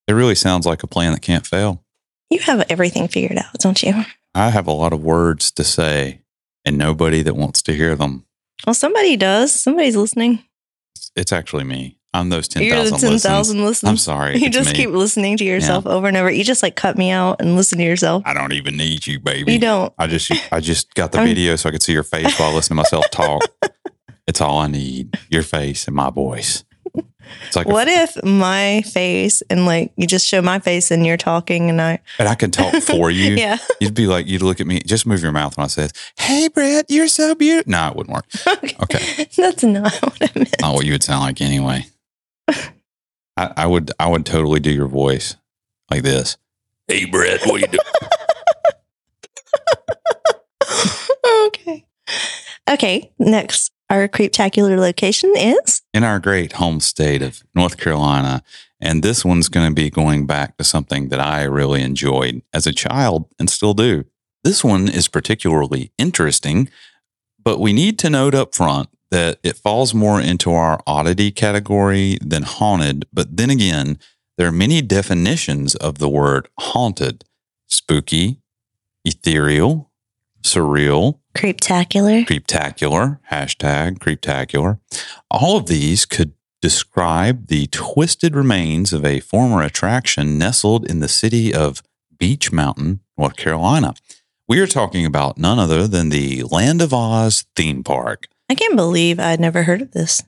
It really sounds like a plan that can't fail.
you have everything figured out, don't you?
I have a lot of words to say and nobody that wants to hear them.
Well, somebody does. Somebody's listening.
It's- It's actually me. I'm those
You're the
10,000
ten
listens.
thousand
I'm
listens.
sorry.
You
it's
just
me.
keep listening to yourself over and over. You just like cut me out and listen to yourself.
I don't even need you, baby.
You don't.
I just I just got the
I'm-
video so I could see your face while I listen to myself talk. it's all I need. Your face and my voice. It's like a-
What if my face and like you just show my face and you're talking and I
and I can talk for you.
yeah
You'd be like you'd look at me, just move your mouth when I say, Hey Brett, you're so beautiful. No, it wouldn't work.
okay.
Okay.
that's not what I meant
not what you would sound like anyway. I, I would I would totally do your voice like this. Hey Brett, what you do?
okay okay next our creeptacular location is
In our great home state of North Carolina, and this one's going to be going back to something that I really enjoyed as a child and still do. This one is particularly interesting, but we need to note up front that it falls more into our oddity category than haunted. But then again, there are many definitions of the word haunted spooky, ethereal, surreal,
creeptacular
creeptacular hashtag creeptacular all of these could describe the twisted remains of a former attraction nestled in the city of beach mountain north carolina we are talking about none other than the land of oz theme park
I can't believe I'd never heard of this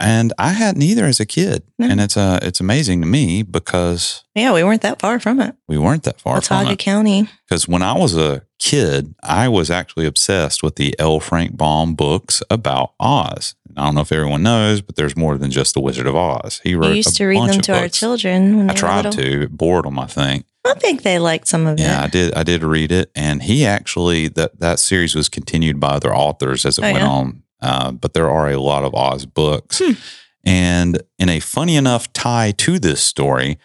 and i hadn't either as a kid
No.
and it's uh, it's amazing to me because
yeah we weren't that far from it
we weren't that far from
Watauga
it
County
because when i was a kid i was actually obsessed with the l frank baum books about oz i don't know if everyone knows but there's more than just the wizard of oz he wrote
You used
a
to read
bunch
them
of
to our
books.
children. When
i
they were
tried
little.
to it bored them i think
I think they liked some of
Yeah, I
it.
did. I did read it, and he actually that that series was continued by other authors as it
Oh,
went
yeah?
on. Uh, but there are a lot of Oz books,
Hmm.
and in a funny enough tie to this story,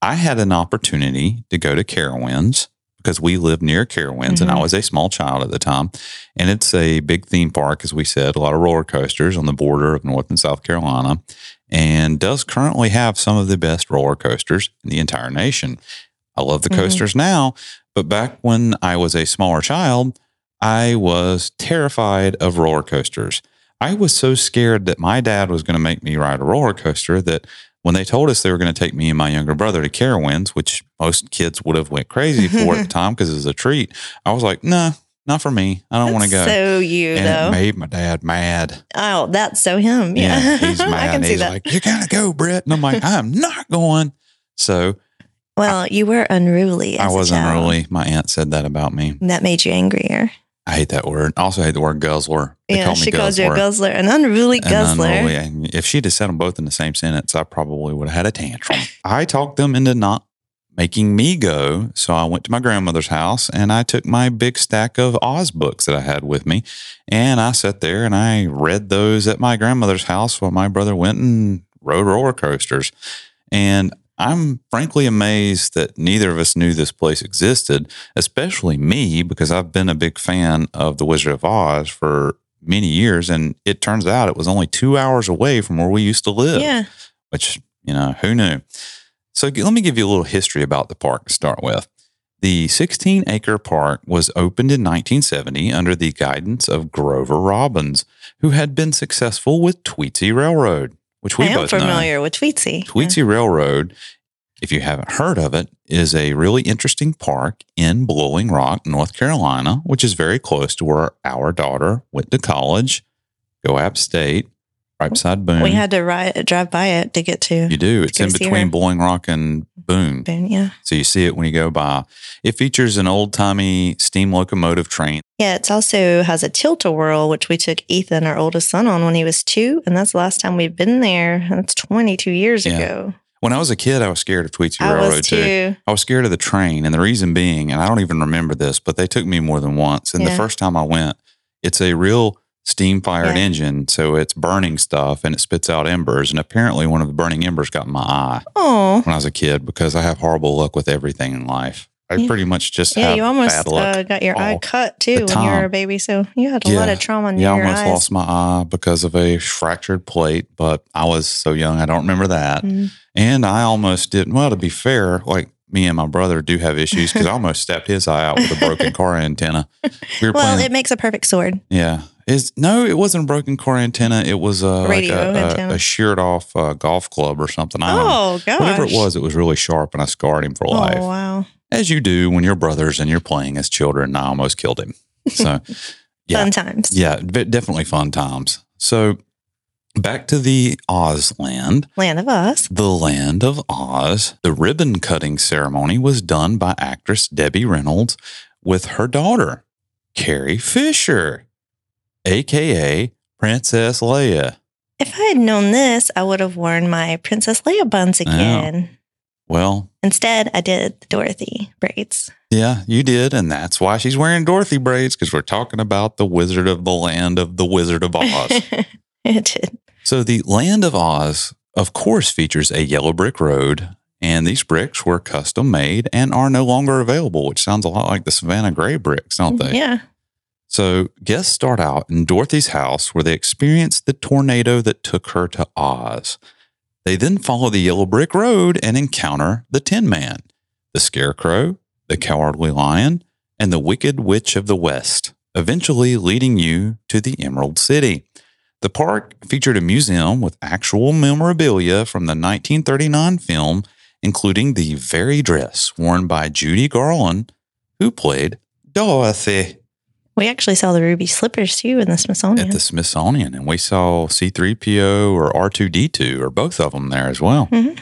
I had an opportunity to go to Carowinds because we lived near Carowinds, and I
Mhm.
was a small child at the time. And it's a big theme park, as we said, a lot of roller coasters on the border of North and South Carolina, and does currently have some of the best roller coasters in the entire nation. I love the
Mhm.
coasters now, but back when I was a smaller child, I was terrified of roller coasters. I was so scared that my dad was going to make me ride a roller coaster that when they told us they were going to take me and my younger brother to Carowinds, which most kids would have went crazy for at the time because it was a treat, I was like, nah, not for me. I don't want to
That's
go.
So you
and
though.
it made my dad mad.
oh, that's so him. Yeah.
he's mad.
I can
he's
see that.
like, you gotta go, Brett. And I'm like, I'm not going. So
well, you were unruly. As
I
a
wasn't
child.
really. My aunt said that about me.
And That made you angrier.
I hate that word. I also hate the word guzzler. They
yeah,
call me
she called
guzzler.
you a guzzler, an unruly
And
guzzler.
unruly. And if she'd have said them both in the same sentence, I probably would have had a tantrum. I talked them into not making me go. So I went to my grandmother's house and I took my big stack of Oz books that I had with me. And I sat there and I read those at my grandmother's house while my brother went and rode roller coasters. And I'm frankly amazed that neither of us knew this place existed, especially me, because I've been a big fan of The Wizard of Oz for many years. And it turns out it was only two hours away from where we used to live,
yeah.
which, you know, who knew? So g- let me give you a little history about the park to start with. The 16 acre park was opened in 1970 under the guidance of Grover Robbins, who had been successful with Tweetsie Railroad, which we
I am
both know.
familiar with Tweetsie.
Tweetsie Railroad, if you haven't heard of it, is a really interesting park in Blowing Rock, North Carolina, which is very close to where our daughter went to college, Go App State, right beside Boone.
Oh, We had to ride, drive by it to get to
you do. It's
go
in
see
between
her.
Blowing Rock and Boone.
Boone. Yeah.
So you see it when you go by. It features an old timey steam locomotive train.
Yeah, it's also has a tilt a whirl, which we took Ethan, our oldest son, on when he was two. And that's the last time we've been there. That's 22 years
Yeah.
ago.
When I was a kid, I was scared of Tweetsie
I
Railroad
was
too.
too.
I was scared of the train. And the reason being, and I don't even remember this, but they took me more than once. And the
Yeah.
first time I went, it's a real steam fired
Yeah.
engine. So it's burning stuff and it spits out embers. And apparently, one of the burning embers got in my eye
Oh,
when I was a kid because I have horrible luck with everything in life. I
Yeah.
pretty much just
yeah.
have
You almost
bad luck.
uh, got your eye
all
cut too when you
time.
were a baby. So you had a lot
Yeah.
of trauma in
yeah, I
your
almost
eyes.
lost my eye because of a fractured plate, but I was so young, I don't remember that.
Mm.
And I almost didn't. Well, to be fair, like me and my brother do have issues because I almost stepped his eye out with a broken car antenna. We were
Well,
playing.
it makes a perfect sword.
yeah. Is no, it wasn't a broken car antenna. It was uh, like
Radio
a, a,
antenna.
a sheared off uh, golf club or something. I don't know.
Oh, gosh.
Whatever it was, it was really sharp, and I scarred him for
Oh,
life,
wow.
as you do when you're brothers and you're playing as children. And I almost killed him. So Yeah.
Fun times.
yeah, but definitely fun times. So back to the Oz land.
Land of Oz.
The Land of Oz. The ribbon cutting ceremony was done by actress Debbie Reynolds with her daughter, Carrie Fisher, aka Princess Leia.
If I had known this, I would have worn my Princess Leia buns again.
Well,
Instead, I did the Dorothy braids.
yeah, you did. And that's why she's wearing Dorothy braids because we're talking about the Wizard of the Land of the Wizard of Oh, Oz.
I did.
So the Land of Oz, of course, features a yellow brick road, and these bricks were custom made and are no longer available, which sounds a lot like the Savannah Gray bricks, don't they?
Yeah.
So guests start out in Dorothy's house where they experience the tornado that took her to Oz. They then follow the yellow brick road and encounter the Tin Man, the Scarecrow, the Cowardly Lion, and the Wicked Witch of the West, eventually leading you to the Emerald City. The park featured a museum with actual memorabilia from the 1939 film, including the very dress worn by Judy Garland, who played Dorothy
We actually saw the ruby slippers too in the Smithsonian.
at the Smithsonian, and we saw C3PO or R2D2 or both of them there as well.
Mhm.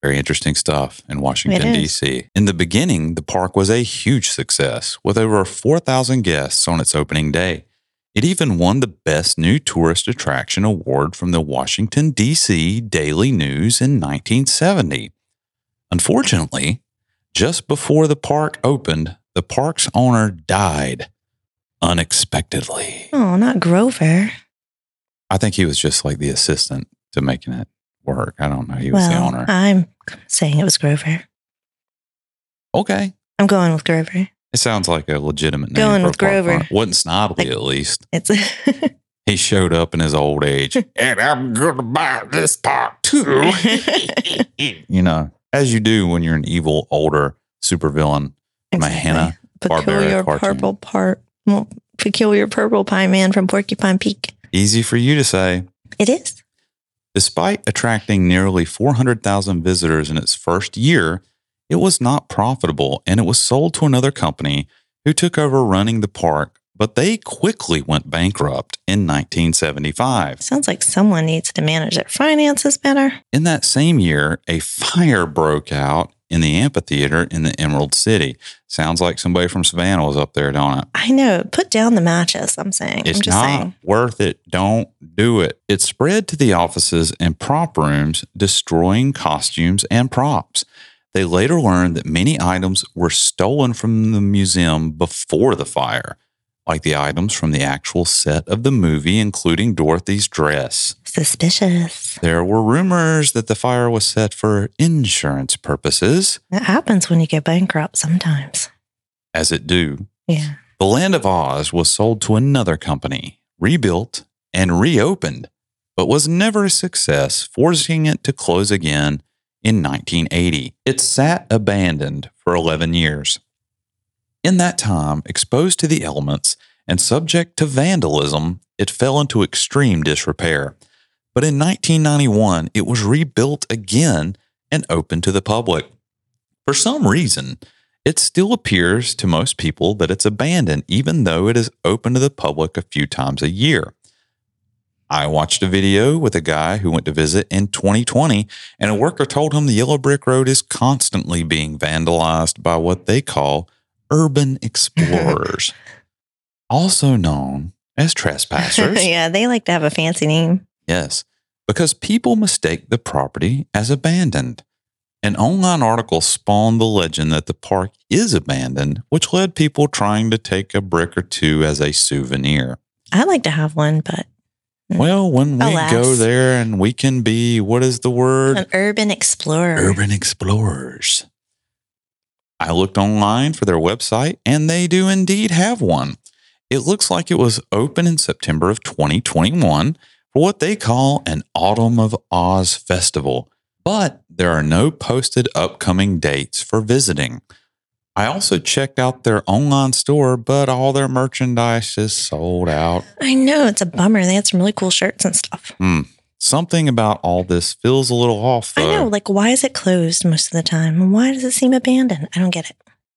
Very interesting stuff in Washington,
is.
D.C. In the beginning, the park was a huge success with over 4,000 guests on its opening day. It even won the Best New Tourist Attraction award from the Washington, D.C. Daily News in 1970. Unfortunately, Just before the park opened, the park's owner died unexpectedly.
Oh, not Grover.
I think he was just like the assistant to making it work. I don't know. He was the
well,
owner.
I'm saying it was Grover.
okay.
I'm going with Grover.
It sounds like a legitimate name.
Going
for a
with
park
Grover.
owner. Wasn't snobby,
Like-
at least.
It's
He showed up in his old age. and I'm going to buy this park too. you know, as you do when you're an evil, older supervillain. My Hanna
Peculiar
Barbera cartoon.
purple part. Well, peculiar purple pie man from Porcupine Peak.
Easy for you to say.
It is.
Despite attracting nearly 400,000 visitors in its first year, it was not profitable and it was sold to another company who took over running the park, but they quickly went bankrupt in 1975.
Sounds like someone needs to manage their finances better.
In that same year, a fire broke out in the amphitheater in the Emerald City. Sounds like somebody from Savannah was up there, don't it?
I know. Put down the matches. I'm saying.
It's
I'm just
not
saying.
worth it. Don't do it. It spread to the offices and prop rooms, destroying costumes and props. They later learned that many items were stolen from the museum before the fire, like the items from the actual set of the movie, including Dorothy's dress.
Suspicious.
There were rumors that the fire was set for insurance purposes,
That happens when you go bankrupt sometimes.
as it do.
Yeah.
The Land of Oz was sold to another company, rebuilt, and reopened, but was never a success, forcing it to close again in 1980. It sat abandoned for 11 years. In that time, exposed to the elements and subject to vandalism, it fell into extreme disrepair. But in 1991, it was rebuilt again and open to the public. For some reason, it still appears to most people that it's abandoned, even though it is open to the public a few times a year. I watched a video with a guy who went to visit in 2020, and a worker told him the yellow brick road is constantly being vandalized by what they call urban explorers, also known as trespassers.
yeah. They like to have a fancy name.
Yes, because people mistake the property as abandoned. An online article spawned the legend that the park is abandoned, which led people trying to take a brick or two as a souvenir.
I like to have one, but
Well, when we
Hmm. Alas.
go there and we can be, what is the word?
an urban explorer.
Urban explorers. I looked online for their website and they do indeed have one. It looks like it was open in September of 2021 for what they call an Autumn of Oz festival, but there are no posted upcoming dates for visiting. I also checked out their online store, but all their merchandise is sold out. Hmm.
I know it's a bummer. They had some really cool shirts and stuff.
Something about all this feels a little off, though.
I know. Like, why is it closed most of the time? And Why does it seem abandoned? I don't get it.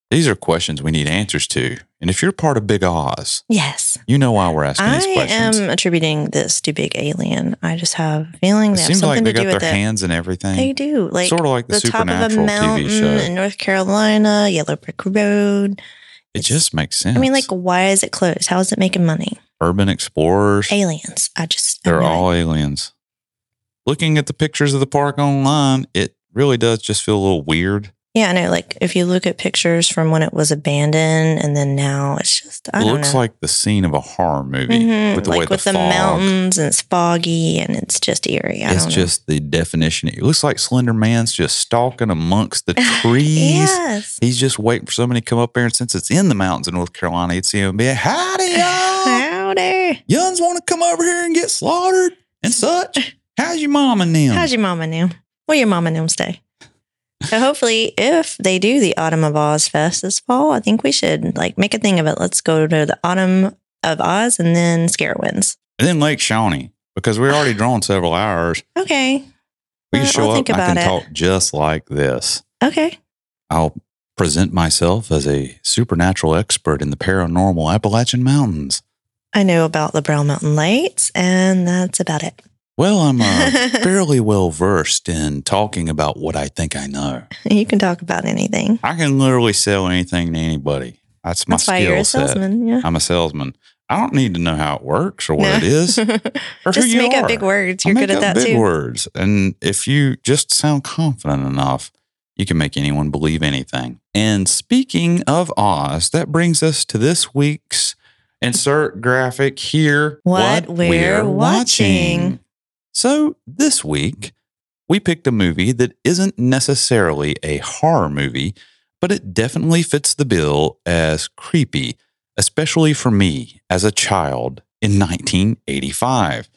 These are questions we need answers to. And if you're part of Big Oz,
Yes.
you know why we're asking these
I
questions.
am attributing this to Big Alien. I just have a feeling
it
they have
seems like
something
they
to do
got their
with it.
hands in everything.
They do. Like
sort of like the,
the, top of a
Supernatural
mountain
TV show.
in North Carolina, Yellow Brick Road.
It just makes sense.
I mean, like, why is it closed? How is it making money?
urban explorers,
Aliens. I just
they're
I don't know.
all aliens. Looking at the pictures of the park online, it really does just feel a little weird.
Yeah, I know. Like if you look at pictures from when it was abandoned and then now, it's just I
It
don't
looks
know.
like the scene of a horror movie
Mhm,
with the
like
way
with
the,
the,
fog.
mountains and it's foggy and it's just eerie. I
it's
don't
just the definition. It looks like Slender Man's just stalking amongst the
know.
trees.
yes.
He's just waiting for somebody to come up there. And since it's in the mountains of North Carolina, it's him be howdy y'all.
Howdy.
Youngs want to come over here and get slaughtered and such. How's your mom and them?
How's your mama now? Where your mama now stay? So hopefully, if they do the Autumn of Oz Fest this fall, I think we should like make a thing of it. Let's go to the Autumn of Oz and then Scarewinds.
and then Lake Shawnee, because we're already drawn several hours.
Okay.
We can
Uh,
show
I'll
up.
think
and I can
about
talk just like this.
Okay.
I'll present myself as a supernatural expert in the paranormal Appalachian Mountains.
I know about the Brown Mountain Lights, and that's about it.
Well, I'm uh, fairly well versed in talking about what I think I know.
you can talk about anything.
I can literally sell anything to anybody. That's my
That's why you're
skill
a
set.
salesman. Yeah.
I'm a salesman. I don't need to know how it works or what
No.
it is or who
Just
you
make
are.
up big words.
I
You're good
make
at
up
that
big
too.
words, and if you just sound confident enough, You can make anyone believe anything. And speaking of Oz, that brings us to this week's insert graphic here.
What we're watching.
So this week, we picked a movie that isn't necessarily a horror movie, but it definitely fits the bill as creepy, especially for me as a child in 1985.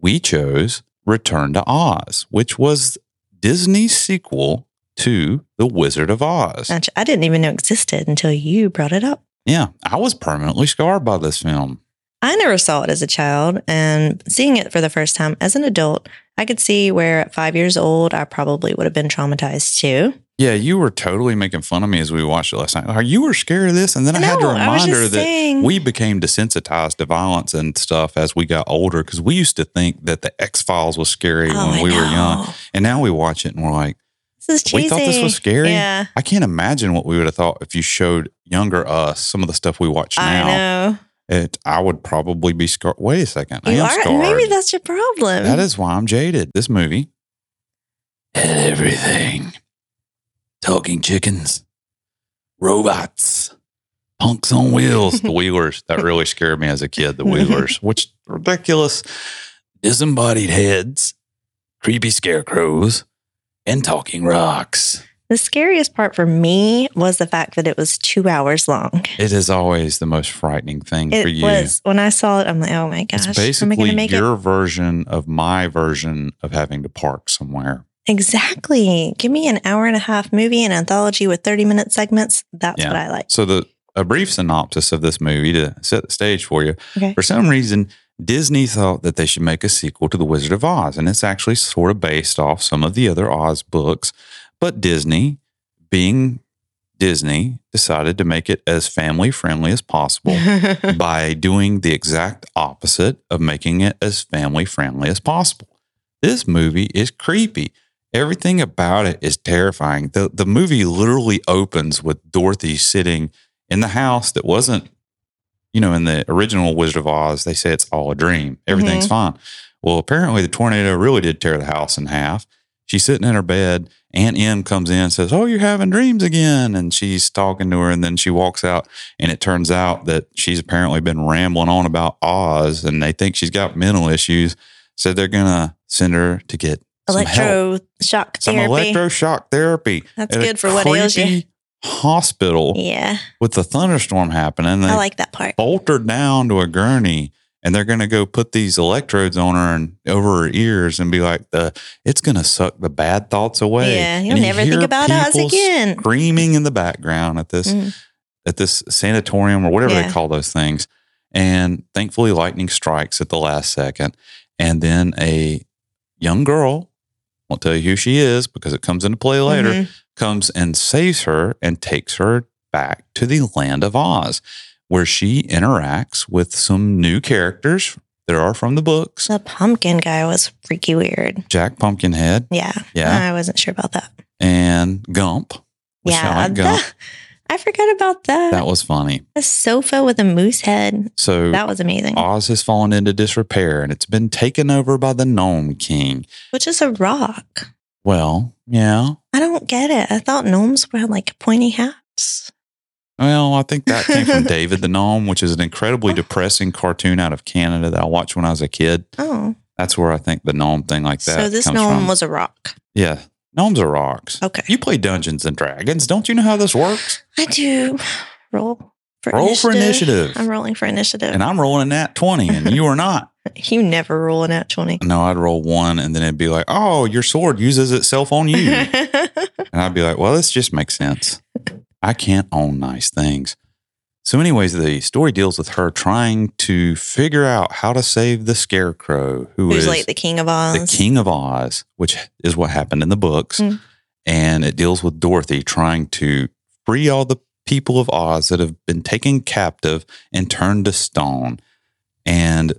We chose Return to Oz, which was Disney's sequel to The Wizard of Oz.
Which I didn't even know existed until you brought it up.
Yeah, I was permanently scarred by this film.
I never saw it as a child, and seeing it for the first time as an adult, I could see where at five years old, I probably would have been traumatized too.
Yeah, you were totally making fun of me as we watched it last night. Like, You were scared of this, and then I, had to
No, I was
remind her
just
that
saying.
we became desensitized to violence and stuff as we got older because we used to think that the X Files was scary
Oh,
when
I
we were young,
know.
and now we watch it and we're like,
This is cheesy.
we thought this was scary.
Yeah,
I can't imagine what we would have thought if you showed younger us some of the stuff we watch
I
now.
know.
It, I would probably be scarred. Wait a second, I
You
am
are.
scarred.
Maybe that's your problem.
That is why I'm jaded. This movie had everything talking chickens, robots, punks on wheels, the wheelers. That really scared me as a kid, the wheelers, which ridiculous disembodied heads, creepy scarecrows, and talking rocks.
the scariest part for me was the fact that it was two hours long.
It is always the most frightening thing for
It
you.
was when I saw it. I'm like, oh my gosh,
it's
am I
basically
going to make it?
your version of my version of having to park somewhere.
Exactly. Give me an hour and a half movie, an anthology with 30 minute segments. That's
Yeah.
what I like.
So the a brief synopsis of this movie to set the stage for you.
Okay.
For some reason, Disney thought that they should make a sequel to The Wizard of Oz, and it's actually sort of based off some of the other Oz books, but Disney, being Disney, decided to make it as family friendly as possible by doing the exact opposite of making it as family friendly as possible. This movie is creepy. Everything about it is terrifying. The the movie literally opens with Dorothy sitting in the house that wasn't, you know, in the original Wizard of Oz, they say it's all a dream. Everything's fine. Well, apparently the tornado really did tear the house in half. She's sitting in her bed. Aunt Em comes in and says, Oh, you're having dreams again. And she's talking to her. And then she walks out and it turns out that she's apparently been rambling on about Oz and they think she's got mental issues. So they're going to send her to get some, help,
Electro shock
some
therapy.
electroshock therapy.
That's
at a
good for what ails you.
creepy Hospital
Yeah,
with the thunderstorm happening. They
I like that part.
bolt her down to a gurney and they're going to go put these electrodes on her and over her ears and be like, the, it's going to suck the bad thoughts away.
Yeah, you'll
And you
never
hear
think about us
people
again.
Screaming in the background at this
Mm.
at this sanatorium or whatever
Yeah.
they call those things. And thankfully, lightning strikes at the last second. And then a young girl, won't tell you who she is because it comes into play later,
Mhm.
comes and saves her and takes her back to the land of Oz, where she interacts with some new characters that are from the books.
The pumpkin guy was freaky weird.
Jack Pumpkinhead,
Yeah,
yeah,
I wasn't sure about that.
and Gump. which
yeah,
I like Gump.
that- I forgot about that.
That was funny.
a sofa with a moose head.
So
That was amazing.
Oz has fallen into disrepair and it's been taken over by the Gnome King.
Which is a rock.
Well, yeah.
I don't get it. I thought gnomes were like pointy hats.
Well, I think that came from David the Gnome, which is an incredibly depressing cartoon out of Canada that I watched when I was a kid.
Oh,
That's where I think the gnome thing like that.
so this
comes
gnome
from.
was a rock.
Yeah. Gnomes are rocks.
Okay,
You play Dungeons and Dragons. Don't you know how this works?
I do roll for
Roll for initiative.
I'm rolling for initiative.
And I'm rolling that 20 and you are not.
you never roll an at twenty.
No, I'd roll one and then it'd be like, oh, your sword uses itself on you. and I'd be like, well, this just makes sense. I can't own nice things. So, anyways, the story deals with her trying to figure out how to save the scarecrow, who
Who's
is
like the king of Oz?
the King of Oz, which is what happened in the books,
Mm.
and it deals with Dorothy trying to free all the people of Oz that have been taken captive and turned to stone. And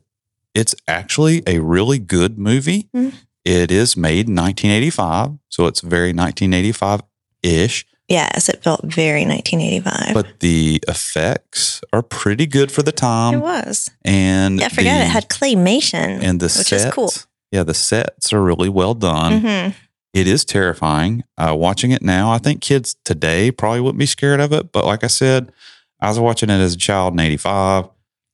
it's actually a really good movie.
Mm.
It is made in 1985, so it's very 1985 ish,
Yes, it felt very 1985.
but the effects are pretty good for the
it
time.
was.
um, And
Yeah, I forgot
the-
it had claymation.
and the
which is
sets,
cool.
yeah, the sets are really well done
Mhm.
It is terrifying. Uh, watching it now, I think kids today probably wouldn't be scared of it. But like I said, I was watching it as a child in 85.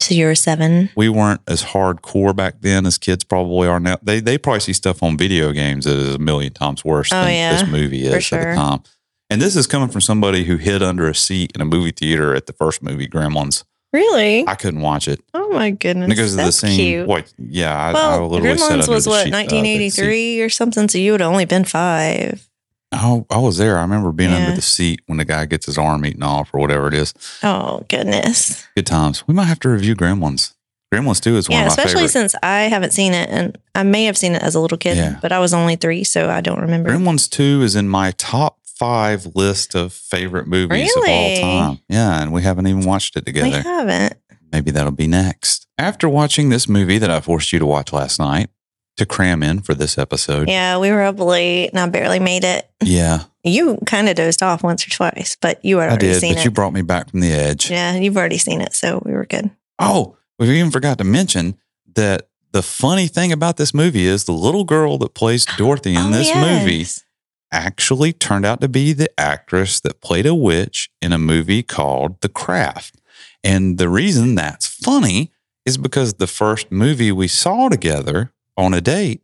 So you were seven.
We weren't as hardcore back then as kids probably are now. They they probably see stuff on video games that is a million times worse
Oh,
than
yeah,
this movie
for
is at
sure.
the time. And this is coming from somebody who hid under a seat in a movie theater at the first movie, Gremlins.
Really?
I couldn't watch it.
oh my goodness.
And it goes to the
That's
scene.
cute.
What? Yeah, I, I
well,
literally sat
Gremlins
under
was
the
what,
sheet, uh, big seat.
1983 or something? So you would have only been five.
Oh, I was there. I remember being
Yeah.
under the seat when the guy gets his arm eaten off or whatever it is.
Oh, goodness.
Good times. We might have to review Gremlins. Gremlins too is one
yeah,
of my
especially
favorite.
since I haven't seen it. And I may have seen it as a little kid,
Yeah.
but I was only three, so I don't remember.
Gremlins two is in my top five list of favorite movies
Really?
of all time. Yeah, and we haven't even watched it
I
together.
haven't.
Maybe that'll be next. After watching this movie that I forced you to watch last night to cram in for this episode.
Yeah, we were up late and I barely made it.
Yeah,
You kind of dozed off once or twice, but you
I
had already
did,
seen
but
it.
you brought me back from the edge.
yeah, you've already seen it, so we were good.
Oh, we even forgot to mention that the funny thing about this movie is the little girl that plays Dorothy in
Oh,
this movie
yes.
actually turned out to be the actress that played a witch in a movie called The Craft. And the reason that's funny is because the first movie we saw together on a date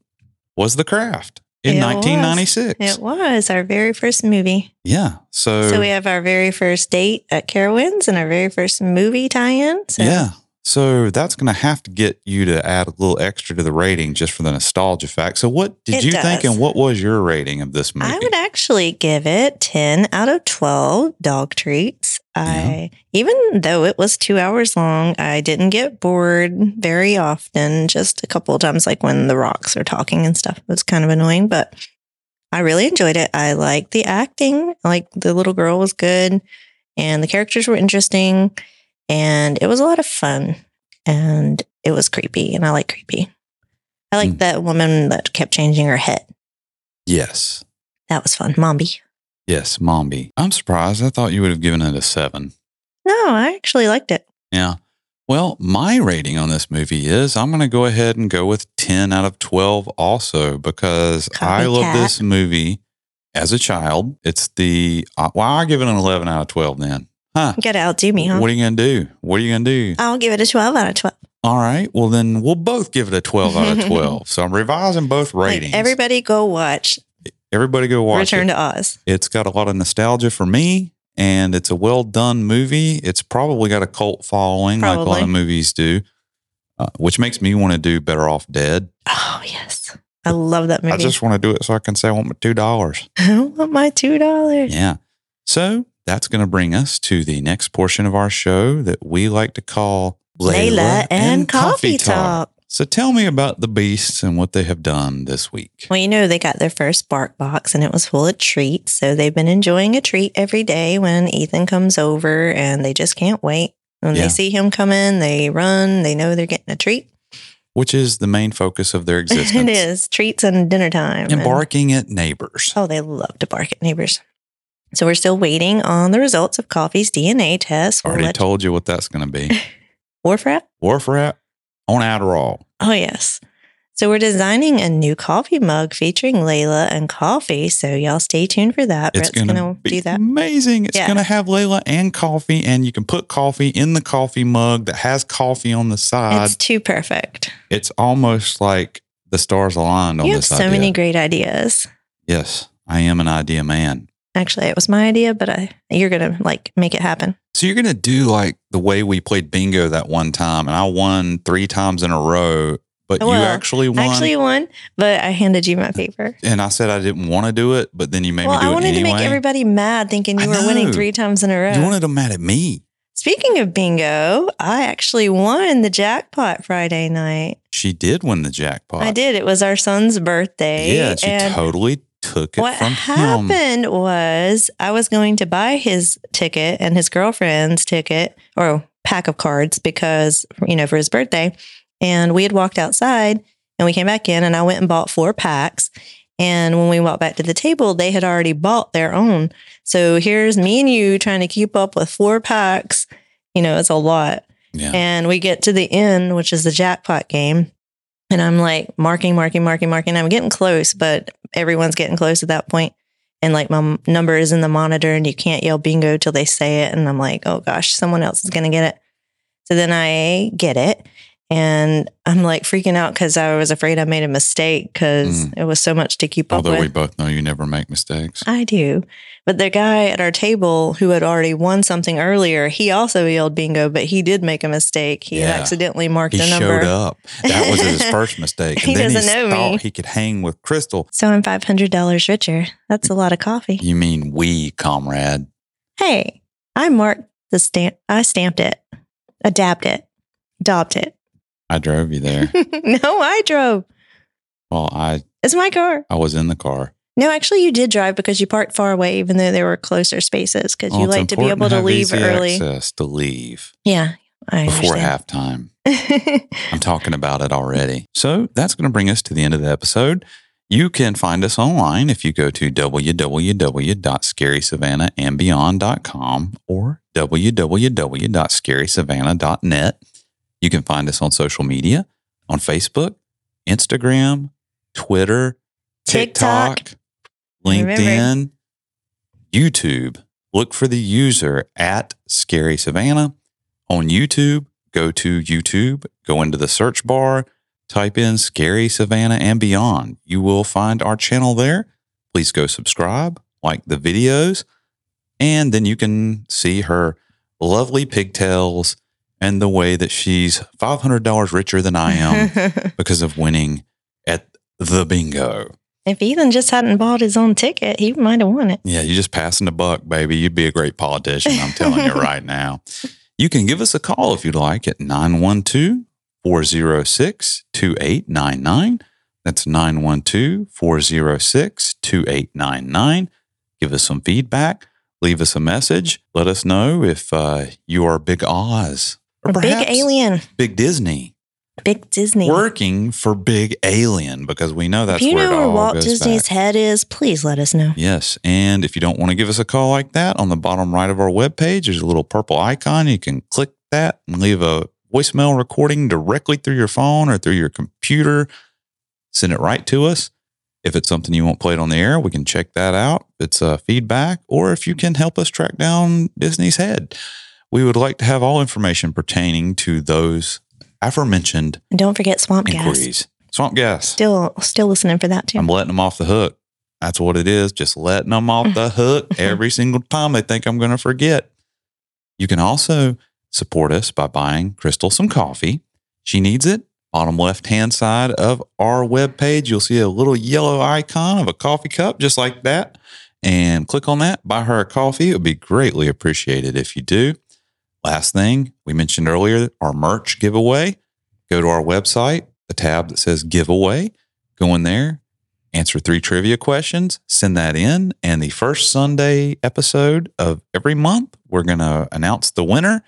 was The Craft in
It was.
1996.
It was our very first movie.
Yeah. So,
So we have our very first date at Carowinds and our very first movie tie-in. So
Yeah. So that's going to have to get you to add a little extra to the rating just for the nostalgia fact. So, what did
It
you
does.
think and what was your rating of this movie?
I would actually give it 10 out of 12 dog treats. I even though it was 2 hours long, I didn't get bored very often, just a couple of times like when the rocks are talking and stuff. It was kind of annoying, but I really enjoyed it. I liked the acting. Like the little girl was good and the characters were interesting and it was a lot of fun and it was creepy and I like creepy. I like
Hmm.
that woman that kept changing her head.
yes.
That was fun. Mombi.
Yes. Mombi. I'm surprised. I thought you would have given it a seven.
No, I actually liked it.
Yeah. Well, my rating on this movie is I'm going to go ahead and go with 10 out of 12 also because I love
Copycat.
this movie as a child. It's the, uh, well, I give it an 11 out of 12 then. Huh.
Gotta outdo me, huh?
What are you going to do? What are you going to do?
I'll give it a 12 out of 12.
All right. Well, then we'll both give it a 12 out of 12. so I'm revising both
Like,
ratings.
everybody go watch,
Everybody go watch
Return
it.
to Oz.
it's got a lot of nostalgia for me, and it's a well done movie. It's probably got a cult following like a lot
Probably.
of movies do, uh, which makes me want to do Better Off Dead.
Oh, yes. I love that movie.
I just want to do it so I can say I want my $2.
I want my $2.
Yeah. So that's going to bring us to the next portion of our show that we like to call
Layla, and, Coffee
Talk.
Talk.
So tell me about the beasts and what they have done this week.
Well, you know, they got their first bark box and it was full of treats. So they've been enjoying a treat every day when Ethan comes over and they just can't wait. When
Yeah.
they see him coming, they run, they know they're getting a treat.
which is the main focus of their existence.
it is treats and dinner time.
And
and-
barking at neighbors.
Oh, they love to bark at neighbors. So we're still waiting on the results of Coffee's DNA test. We'll
Already
let-
told you what that's going to be.
Wharf rat?
Wharf rat on Adderall.
Oh, yes. So we're designing a new coffee mug featuring Layla and coffee. So y'all stay tuned for that.
It's
Brett's
going to
gonna
be
do that.
amazing. It's
Yeah.
going to have Layla and coffee, and you can put coffee in the coffee mug that has coffee on the side.
It's
It's,
too perfect.
almost like the stars aligned on
You have
this
so
idea.
many great ideas.
yes, I am an idea man.
Actually, it was my idea, but I you're gonna like make it happen.
So you're going to do like the way we played bingo that one time, and I won three times in a row, but you
Well,
actually won.
I actually won, but I handed you my paper.
and I said I didn't want to do it, but then you made
well,
me do
I wanted
it anyway.
to make everybody mad, thinking
I
you were winning
know.
three times in a row.
you wanted them mad at me.
Speaking of bingo, I actually won the jackpot Friday night.
She did win the jackpot.
I did. It was our son's birthday.
Yeah, she
and
totally took it
what
from him.
happened was I was going to buy his ticket and his girlfriend's ticket or pack of cards because, you know, for his birthday. And we had walked outside and we came back in and I went and bought four packs. And when we walked back to the table, they had already bought their own. So here's me and you trying to keep up with four packs. You know, it's a lot
Yeah.
and we get to the end, which is the jackpot game. And I'm like marking, marking, marking, marking. I'm getting close, but everyone's getting close at that point. And like my m- number is in the monitor and you can't yell bingo till they say it. And I'm like, oh gosh, someone else is going to get it. So then I get it. And I'm like freaking out because I was afraid I made a mistake because it was so much to keep up
Mm. Although
with.
we both know you never make mistakes.
I do. But the guy at our table who had already won something earlier, he also yelled bingo, but he did make a mistake. He had
Yeah.
accidentally marked
He
a number.
showed up. That was his first mistake.
He doesn't
he
know
thought
me.
he could hang with Crystal.
So I'm five hundred dollars richer. That's a lot of coffee.
You mean we, comrade?
Hey, I marked the stamp. I stamped it, adapt it, daubed it.
I drove you there.
no, I drove.
well, I
It's my car.
I was in the car.
No, actually, you did drive because you parked far away, even though there were closer spaces. Because
Well,
you
Oh, it's
like to be
important
able to
have
leave
easy
early.
Access to leave
Yeah, I
before
understand.
halftime. I'm talking about it already. So that's going to bring us to the end of the episode. You can find us online if you go to www.scarysavannahambeyond.com or www.scarysavannah.net. You can find us on social media on Facebook, Instagram, Twitter,
TikTok.
TikTok,
Remember.
LinkedIn, YouTube. Look for the user at Scary Savannah on YouTube. Go to YouTube, go into the search bar, type in Scary Savannah and Beyond. You will find our channel there. Please go subscribe, like the videos, and then you can see her lovely pigtails and the way that she's $500 richer than I am because of winning at the bingo.
if Ethan just hadn't bought his own ticket, he might have won it.
Yeah, you're just passing the buck, baby. You'd be a great politician. I'm telling you right now. You can give us a call if you'd like at 912 406 2899. That's 912 406 2899. Give us some feedback. Leave us a message. Let us know if uh, you are Big Oz
A big alien,
Big Disney
big Disney.
working for Big Alien because we know that's
if you
where
know
it
where
all
Walt
goes
Disney's
back.
head is, please let us know.
Yes. And if you don't want to give us a call like that, on the bottom right of our webpage, there's a little purple icon. You can click that and leave a voicemail recording directly through your phone or through your computer. Send it right to us. If it's something you want played on the air, we can check that out. If It's uh, feedback, or if you can help us track down Disney's head. We would like to have all information pertaining to those aforementioned
And don't forget Swamp Gas.
inquiries. Swamp gas.
Still, still listening for that too.
I'm letting them off the hook. That's what it is. Just letting them off the hook every single time they think I'm going to forget. You can also support us by buying Crystal some coffee. She needs it. Bottom left hand side of our webpage, you'll see a little yellow icon of a coffee cup, just like that. And click on that, buy her a coffee. It would be greatly appreciated if you do. Last thing we mentioned earlier, our merch giveaway. Go to our website, the tab that says giveaway. Go in there, answer three trivia questions, send that in. And the first Sunday episode of every month, we're going to announce the winner,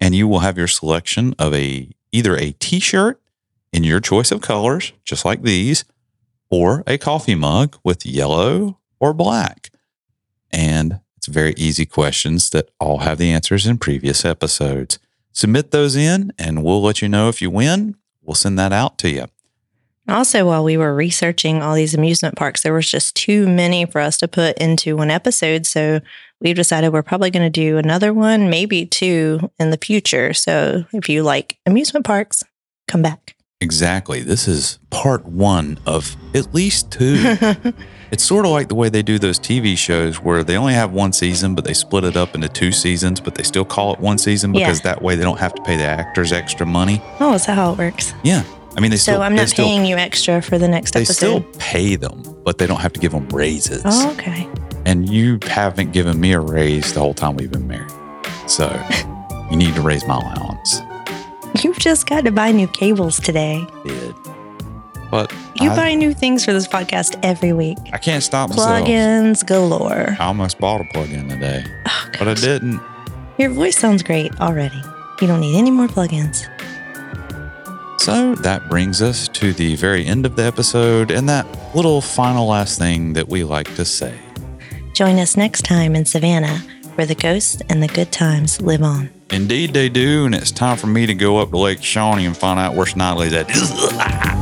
and you will have your selection of a either a t-shirt in your choice of colors, just like these, or a coffee mug with yellow or black. And it's very easy questions that all have the answers in previous episodes. Submit those in and we'll let you know if you win. We'll send that out to you.
Also, while we were researching all these amusement parks, there was just too many for us to put into one episode. So we've decided we're probably going to do another one, maybe two in the future. So if you like amusement parks, come back.
Exactly. This is part one of at least two. it's sort of like the way they do those TV shows where they only have one season, but they split it up into two seasons, but they still call it one season
Yeah.
because that way they don't have to pay the actors extra money.
oh, is that how it works?
Yeah. I mean, they
So
still,
I'm
they
not
still,
paying you extra for the next
they
episode.
still pay them, but they don't have to give them raises.
oh, okay.
And you haven't given me a raise the whole time we've been married. So you need to raise my allowance.
You've just got to buy new cables today.
Did. But
You
I,
buy new things for this podcast every week.
I can't stop myself.
Plugins galore.
I almost bought a plug in today,
Oh,
but I
gosh.
didn't.
Your voice sounds great already. You don't need any more plugins.
So that brings us to the very end of the episode and that little final last thing that we like to say.
Join us next time in Savannah, where the ghosts and the good times live on.
Indeed, they do, and it's time for me to go up to Lake Shawnee and find out where Snidely's at.